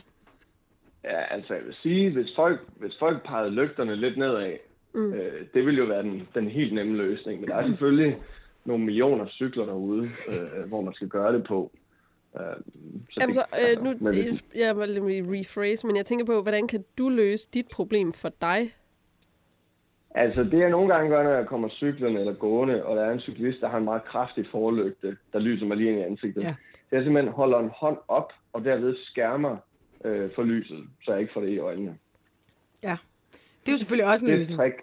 S9: Ja, altså jeg vil sige, hvis folk, hvis folk pegede lygterne lidt nedad, mm. øh, det ville jo være den, den helt nemme løsning. Men der
S3: Mm.
S9: er selvfølgelig nogle millioner cykler derude, øh, hvor man skal gøre det på. Øh, så altså,
S3: Jamen, så, øh, nu,
S9: men hvis-
S3: jeg må lige rephrase, men jeg tænker på, hvordan kan du løse dit problem for dig?
S9: Altså det jeg nogle gange gør, når jeg kommer cyklerne eller gående, og der er en cyklist, der har en meget kraftig forlygte, der lyser mig lige ind i ansigtet.
S2: Ja.
S9: Ja. Så jeg simpelthen holder en hånd op, og derved skærmer øh, for lyset, så jeg ikke får det i øjnene.
S2: Ja. Det er jo selvfølgelig også en
S9: Det er et
S2: løsning.
S9: trick.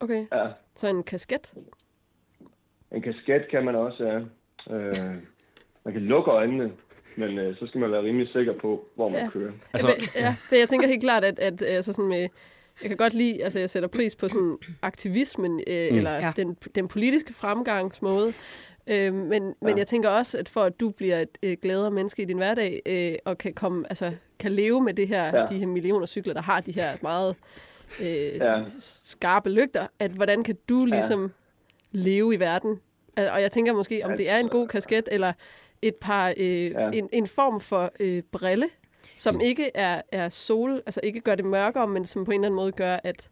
S3: Okay,
S9: Ja.
S3: så en kasket?
S9: En kasket kan man også, ja. Øh, man kan lukke øjnene, men øh, så skal man være rimelig sikker på, hvor man
S3: Ja.
S9: ja. kører.
S1: altså,
S3: Altså, ja, for jeg tænker helt klart, at, at altså sådan med, jeg kan godt lide, altså jeg sætter pris på sådan aktivismen, øh, mm. eller
S2: Ja.
S3: ja. den, den politiske fremgangsmåde, øh, men, ja. men jeg tænker også, at for at du bliver et øh, gladere menneske i din hverdag, øh, og kan komme, altså kan leve med det her, ja.
S9: Ja.
S3: de her millioner cykler, der har de her meget øh, ja.
S9: Ja.
S3: skarpe lygter, at hvordan kan du ligesom leve i verden? Al- Og jeg tænker måske, om det er en god kasket, eller et par, øh, ja.
S9: Ja. Mm.
S3: en, en form for øh, brille, som ikke er, er sol, altså ikke gør det mørkere, men som på en eller anden måde gør, at,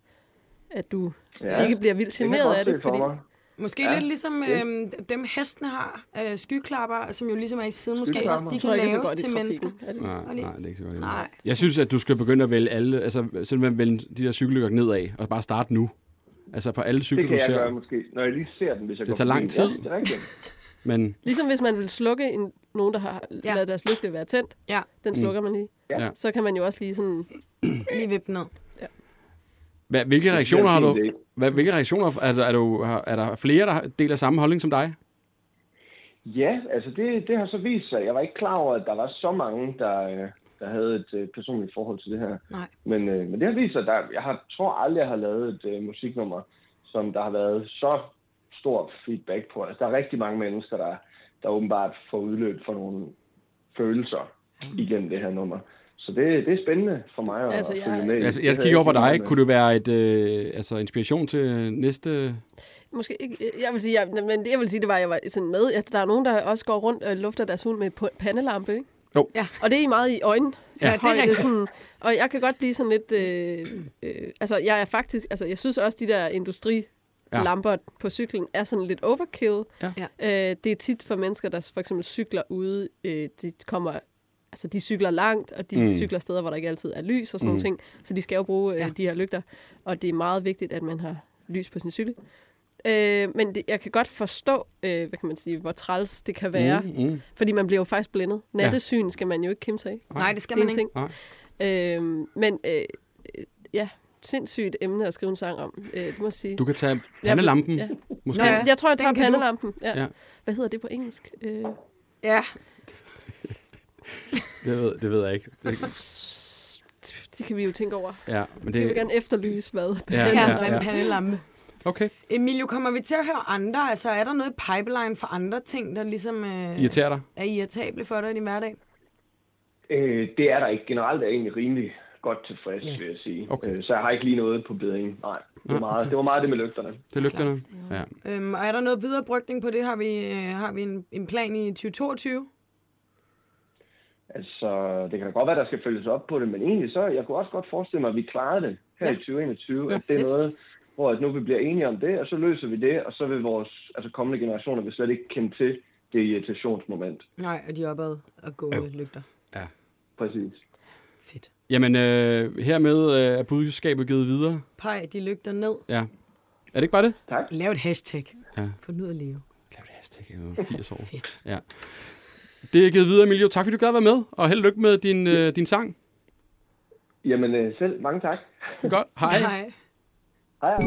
S3: at du ja.
S9: Ja.
S3: ikke bliver vildt
S9: kan
S3: generet
S9: godt
S3: af det.
S9: se for
S3: Fordi,
S9: mig.
S2: Måske ja,
S9: Ja,
S2: lidt ligesom øhm, dem hestene har, øh, skyklapper, som jo ligesom er i siden, måske også
S9: Skyklapper.
S2: de
S3: tror
S2: kan
S3: ikke, det er så
S2: laves
S3: godt i
S2: til mennesker.
S3: trafikken. Er det-
S1: nej,
S2: lige-
S1: nej, det er ikke så godt. endnu.
S2: Nej.
S1: Jeg synes, at du skal begynde at vælge alle, altså simpelthen vælge de der cykellykker nedad, og bare starte nu. Altså på alle cykler, du
S9: Det kan jeg
S1: ser.
S9: gøre måske, når jeg lige ser den, hvis jeg
S1: Det
S9: går
S1: tager lang
S9: forbi. Ja,
S1: tid.
S9: det er rigtigt.
S1: Men
S3: Ligesom hvis man vil slukke en, nogen, der har ja. lavet deres lygte være tændt,
S2: Ja,
S3: den slukker mm. man lige.
S1: Ja.
S3: Så kan man jo også lige sådan...
S2: lige vippe ned.
S1: hvad, hvilke reaktioner har
S9: en
S1: du?
S9: fin idé.
S1: Hvad, hvilke reaktioner? Altså, er, du, har- er der flere, der deler samme holdning som dig?
S9: Ja, altså det, det har så vist sig. Jeg var ikke klar over, at der var så mange, der, øh, der havde et øh, personligt forhold til det her.
S2: Nej.
S9: Men, øh, men det har vist sig, at der, jeg har, tror aldrig, jeg har lavet et øh, musiknummer, som der har været så stor feedback på. Altså, der er rigtig mange mennesker, der, der åbenbart får udløb for nogle følelser igennem det her nummer. Så det, det er spændende for mig at
S3: Altså,
S9: altså,
S3: jeg-
S9: følge med. i.
S1: Altså,
S9: Det
S1: jeg
S9: havde
S1: skal kigge over på
S9: ikke
S1: dig.
S9: regnet med.
S1: Kunne det være et, øh, altså, inspiration til næste...
S3: Måske ikke, jeg vil sige, jeg, men det, jeg vil sige, det var, jeg var sådan med. at der er nogen, der også går rundt og lufter deres hund med pu- pandelampe, ikke?
S1: Jo.
S2: Ja.
S3: Og det er I meget i øjnene.
S1: Ja,
S2: det er rigtigt.
S3: Sådan, og jeg kan godt blive sådan lidt... Øh, øh, altså, jeg er faktisk... Altså, jeg synes også, de der industri
S1: Ja.
S3: lamper på cyklen er sådan lidt overkill.
S1: Ja.
S2: Ja.
S3: Øh, det er tit for mennesker, der for eksempel cykler ude. Øh, de kommer Altså, de cykler langt, og de mm. cykler steder, hvor der ikke altid er lys og sådan mm. nogle ting. Så de skal jo bruge øh,
S2: Ja.
S3: de her lygter. Og det er meget vigtigt, at man har lys på sin cykel. Øh, men det, jeg kan godt forstå, øh, hvad kan man sige, hvor træls det kan være. Mm.
S1: Mm.
S3: Fordi man bliver jo faktisk blændet. Nattesyn skal man jo ikke kæmpe sig af.
S2: Nej, det skal
S3: Det er
S2: man
S3: en
S2: ikke.
S3: ting. Øh, men øh, øh, ja, sindssygt emne at skrive en sang om. Øh, det må jeg sige.
S1: Du kan tage pandelampen,
S3: Ja.
S1: måske.
S3: Nå, ja. Jeg tror, jeg
S2: Den
S3: tager
S2: kan du.
S3: pandelampen. Ja.
S1: Ja.
S3: Hvad hedder det på engelsk? Øh,
S2: Ja,
S1: Det ved, det ved jeg ikke. Det,
S3: Det kan vi jo tænke over.
S1: ja, men
S3: Vi vil
S1: det...
S3: gerne efterlyse, hvad
S1: Ja,
S2: Ja,
S1: ja,
S2: ja,
S1: ja.
S2: ja. pandelampe.
S1: Okay,
S2: Emilio, kommer vi til at høre andre? Altså, er der noget i pipeline for andre ting, der ligesom øh,
S1: irriterer dig.
S2: er irritable for dig i din hverdag?
S9: Øh, det er der ikke. Generelt er jeg egentlig rimelig godt tilfreds, yeah. vil jeg sige.
S1: Okay.
S9: Øh, så jeg har ikke lige noget på bedringen. Nej, det
S1: Nej,
S9: var meget det, var meget det med lygterne.
S1: Det er lygterne. Ja.
S2: Øhm, og er der noget viderebrygning på det? Har vi, øh, har vi en, en plan i 2022?
S9: Altså, det kan da godt være, der skal følges op på det, men egentlig så, jeg kunne også godt forestille mig, at vi klarede det her ja. i 2021. Ja, at det er
S2: fedt.
S9: noget, hvor at nu vi bliver enige om det, og så løser vi det, og så vil vores altså, kommende generationer vil slet ikke kende til det irritationsmoment.
S2: Nej, og de er opad og gå øh. lygter.
S9: Præcis.
S2: Fedt.
S1: Jamen, øh, hermed øh, er budskabet givet videre.
S2: Pej de lygter ned.
S1: Ja. Er det ikke bare det?
S2: Lav et hashtag.
S1: Ja.
S2: Få den ud at leve.
S1: Lav det hashtag, jeg er 80 år.
S2: Fedt.
S1: Ja. Det er givet videre, Emilio. Tak fordi du gad at være med, og held og lykke med din, øh, din sang.
S9: Jamen øh, selv, mange tak.
S1: Det er godt. Hej.
S2: Nej.
S9: Hej. hej.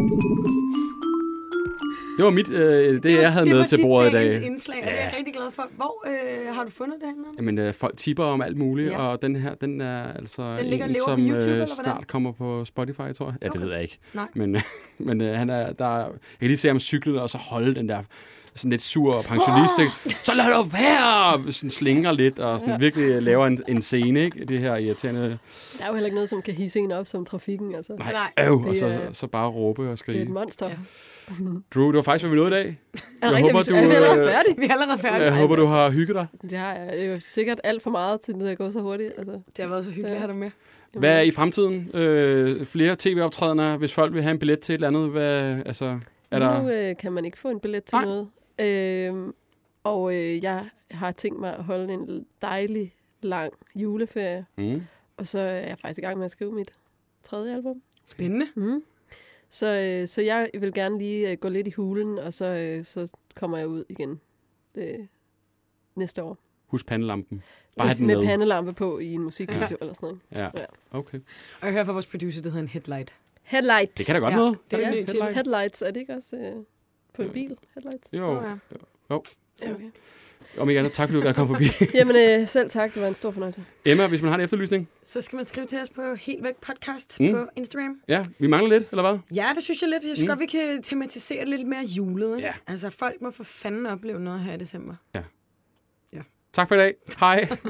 S1: Det var mit, øh, det, det jeg havde
S2: det
S1: med
S2: var
S1: til
S2: dit
S1: bordet i
S2: dagens
S1: dag.
S2: indslag, og det er jeg rigtig glad for. Hvor øh, har du fundet det henne, Anders?
S1: Jamen, øh, folk tipper om alt muligt,
S2: Ja.
S1: ja. og den her, den er altså
S2: Den ligger
S1: en, som
S2: og lever på YouTube, eller hvordan?
S1: snart kommer på Spotify, tror jeg. Ja, okay.
S2: Okay.
S1: det ved jeg ikke.
S2: Nej.
S1: Men, øh, men øh, han er, der, er- jeg kan lige se ham cykle, og så holde den der sådan lidt sur pensionist, oh! så lad dog være, og sådan slinger lidt, og sådan ja. virkelig øh, laver en, en scene, ikke? Det her irriterende,
S3: Der er jo heller ikke noget, som kan hisse en op som trafikken. Altså.
S1: nej,
S2: Nej, øh,
S1: nej, øv, og
S3: det
S1: så,
S3: er-
S1: så bare råbe og
S3: Det er et
S1: skrige.
S3: monster. Ja.
S1: Drew, det var faktisk, hvad vi nåede i dag. Jeg
S2: rigtigt,
S1: håber,
S2: vi
S1: du,
S2: skal-
S3: Vi er allerede
S1: øh,
S3: færdige.
S2: Vi er allerede færdige.
S1: jeg håber, du har hygget dig.
S3: Det har jeg jo sikkert alt for meget til, at det er gået så hurtigt. Altså.
S2: Det har været så hyggeligt at have dig med.
S1: Hvad er i fremtiden? Øh, flere tv-optrædener, hvis folk vil have en billet til et eller andet? Hvad, altså, er
S3: Nu
S1: der...
S3: øh, kan man ikke få en billet til
S1: Nej.
S3: Nej. noget. Øhm, og øh, jeg har tænkt mig at holde en dejlig, lang juleferie.
S1: Mm.
S3: Og så er jeg faktisk i gang med at skrive mit tredje album.
S2: Spændende.
S3: Mm. Så, øh, så jeg vil gerne lige øh, gå lidt i hulen, og så, øh, så kommer jeg ud igen det, næste år.
S1: Husk pandelampen. Bare have den
S3: med
S1: med.
S3: pandelampe på i en musikvideo ja. eller sådan noget.
S1: Ja.
S3: Ja.
S1: Okay.
S2: Og jeg hører fra vores producer, der hedder en headlight.
S3: Headlight.
S1: Det kan da godt
S2: Ja,
S1: noget.
S2: det
S1: Kan
S2: er vi
S1: det
S2: nødt
S1: ikke?
S2: til.
S1: Headline.
S3: Headlights, er det ikke også øh, på en bil? Headlights?
S1: Jo,
S2: Ja.
S3: Ja, okay.
S1: om ikke andet, tak fordi du gerne kom forbi.
S3: Jamen, øh, selv tak. Det var en stor fornøjelse.
S1: Emma, hvis man har en efterlysning.
S2: Så skal man skrive til os på Helt Væk Podcast
S1: Mm.
S2: mm. på Instagram.
S1: Ja, vi mangler lidt, eller hvad?
S2: Ja, det synes jeg lidt. Jeg synes mm. godt, vi kan tematisere det lidt mere julet. Ikke?
S1: Ja.
S2: Altså, folk må for fanden opleve noget her i december.
S1: Tak for i dag. Hej.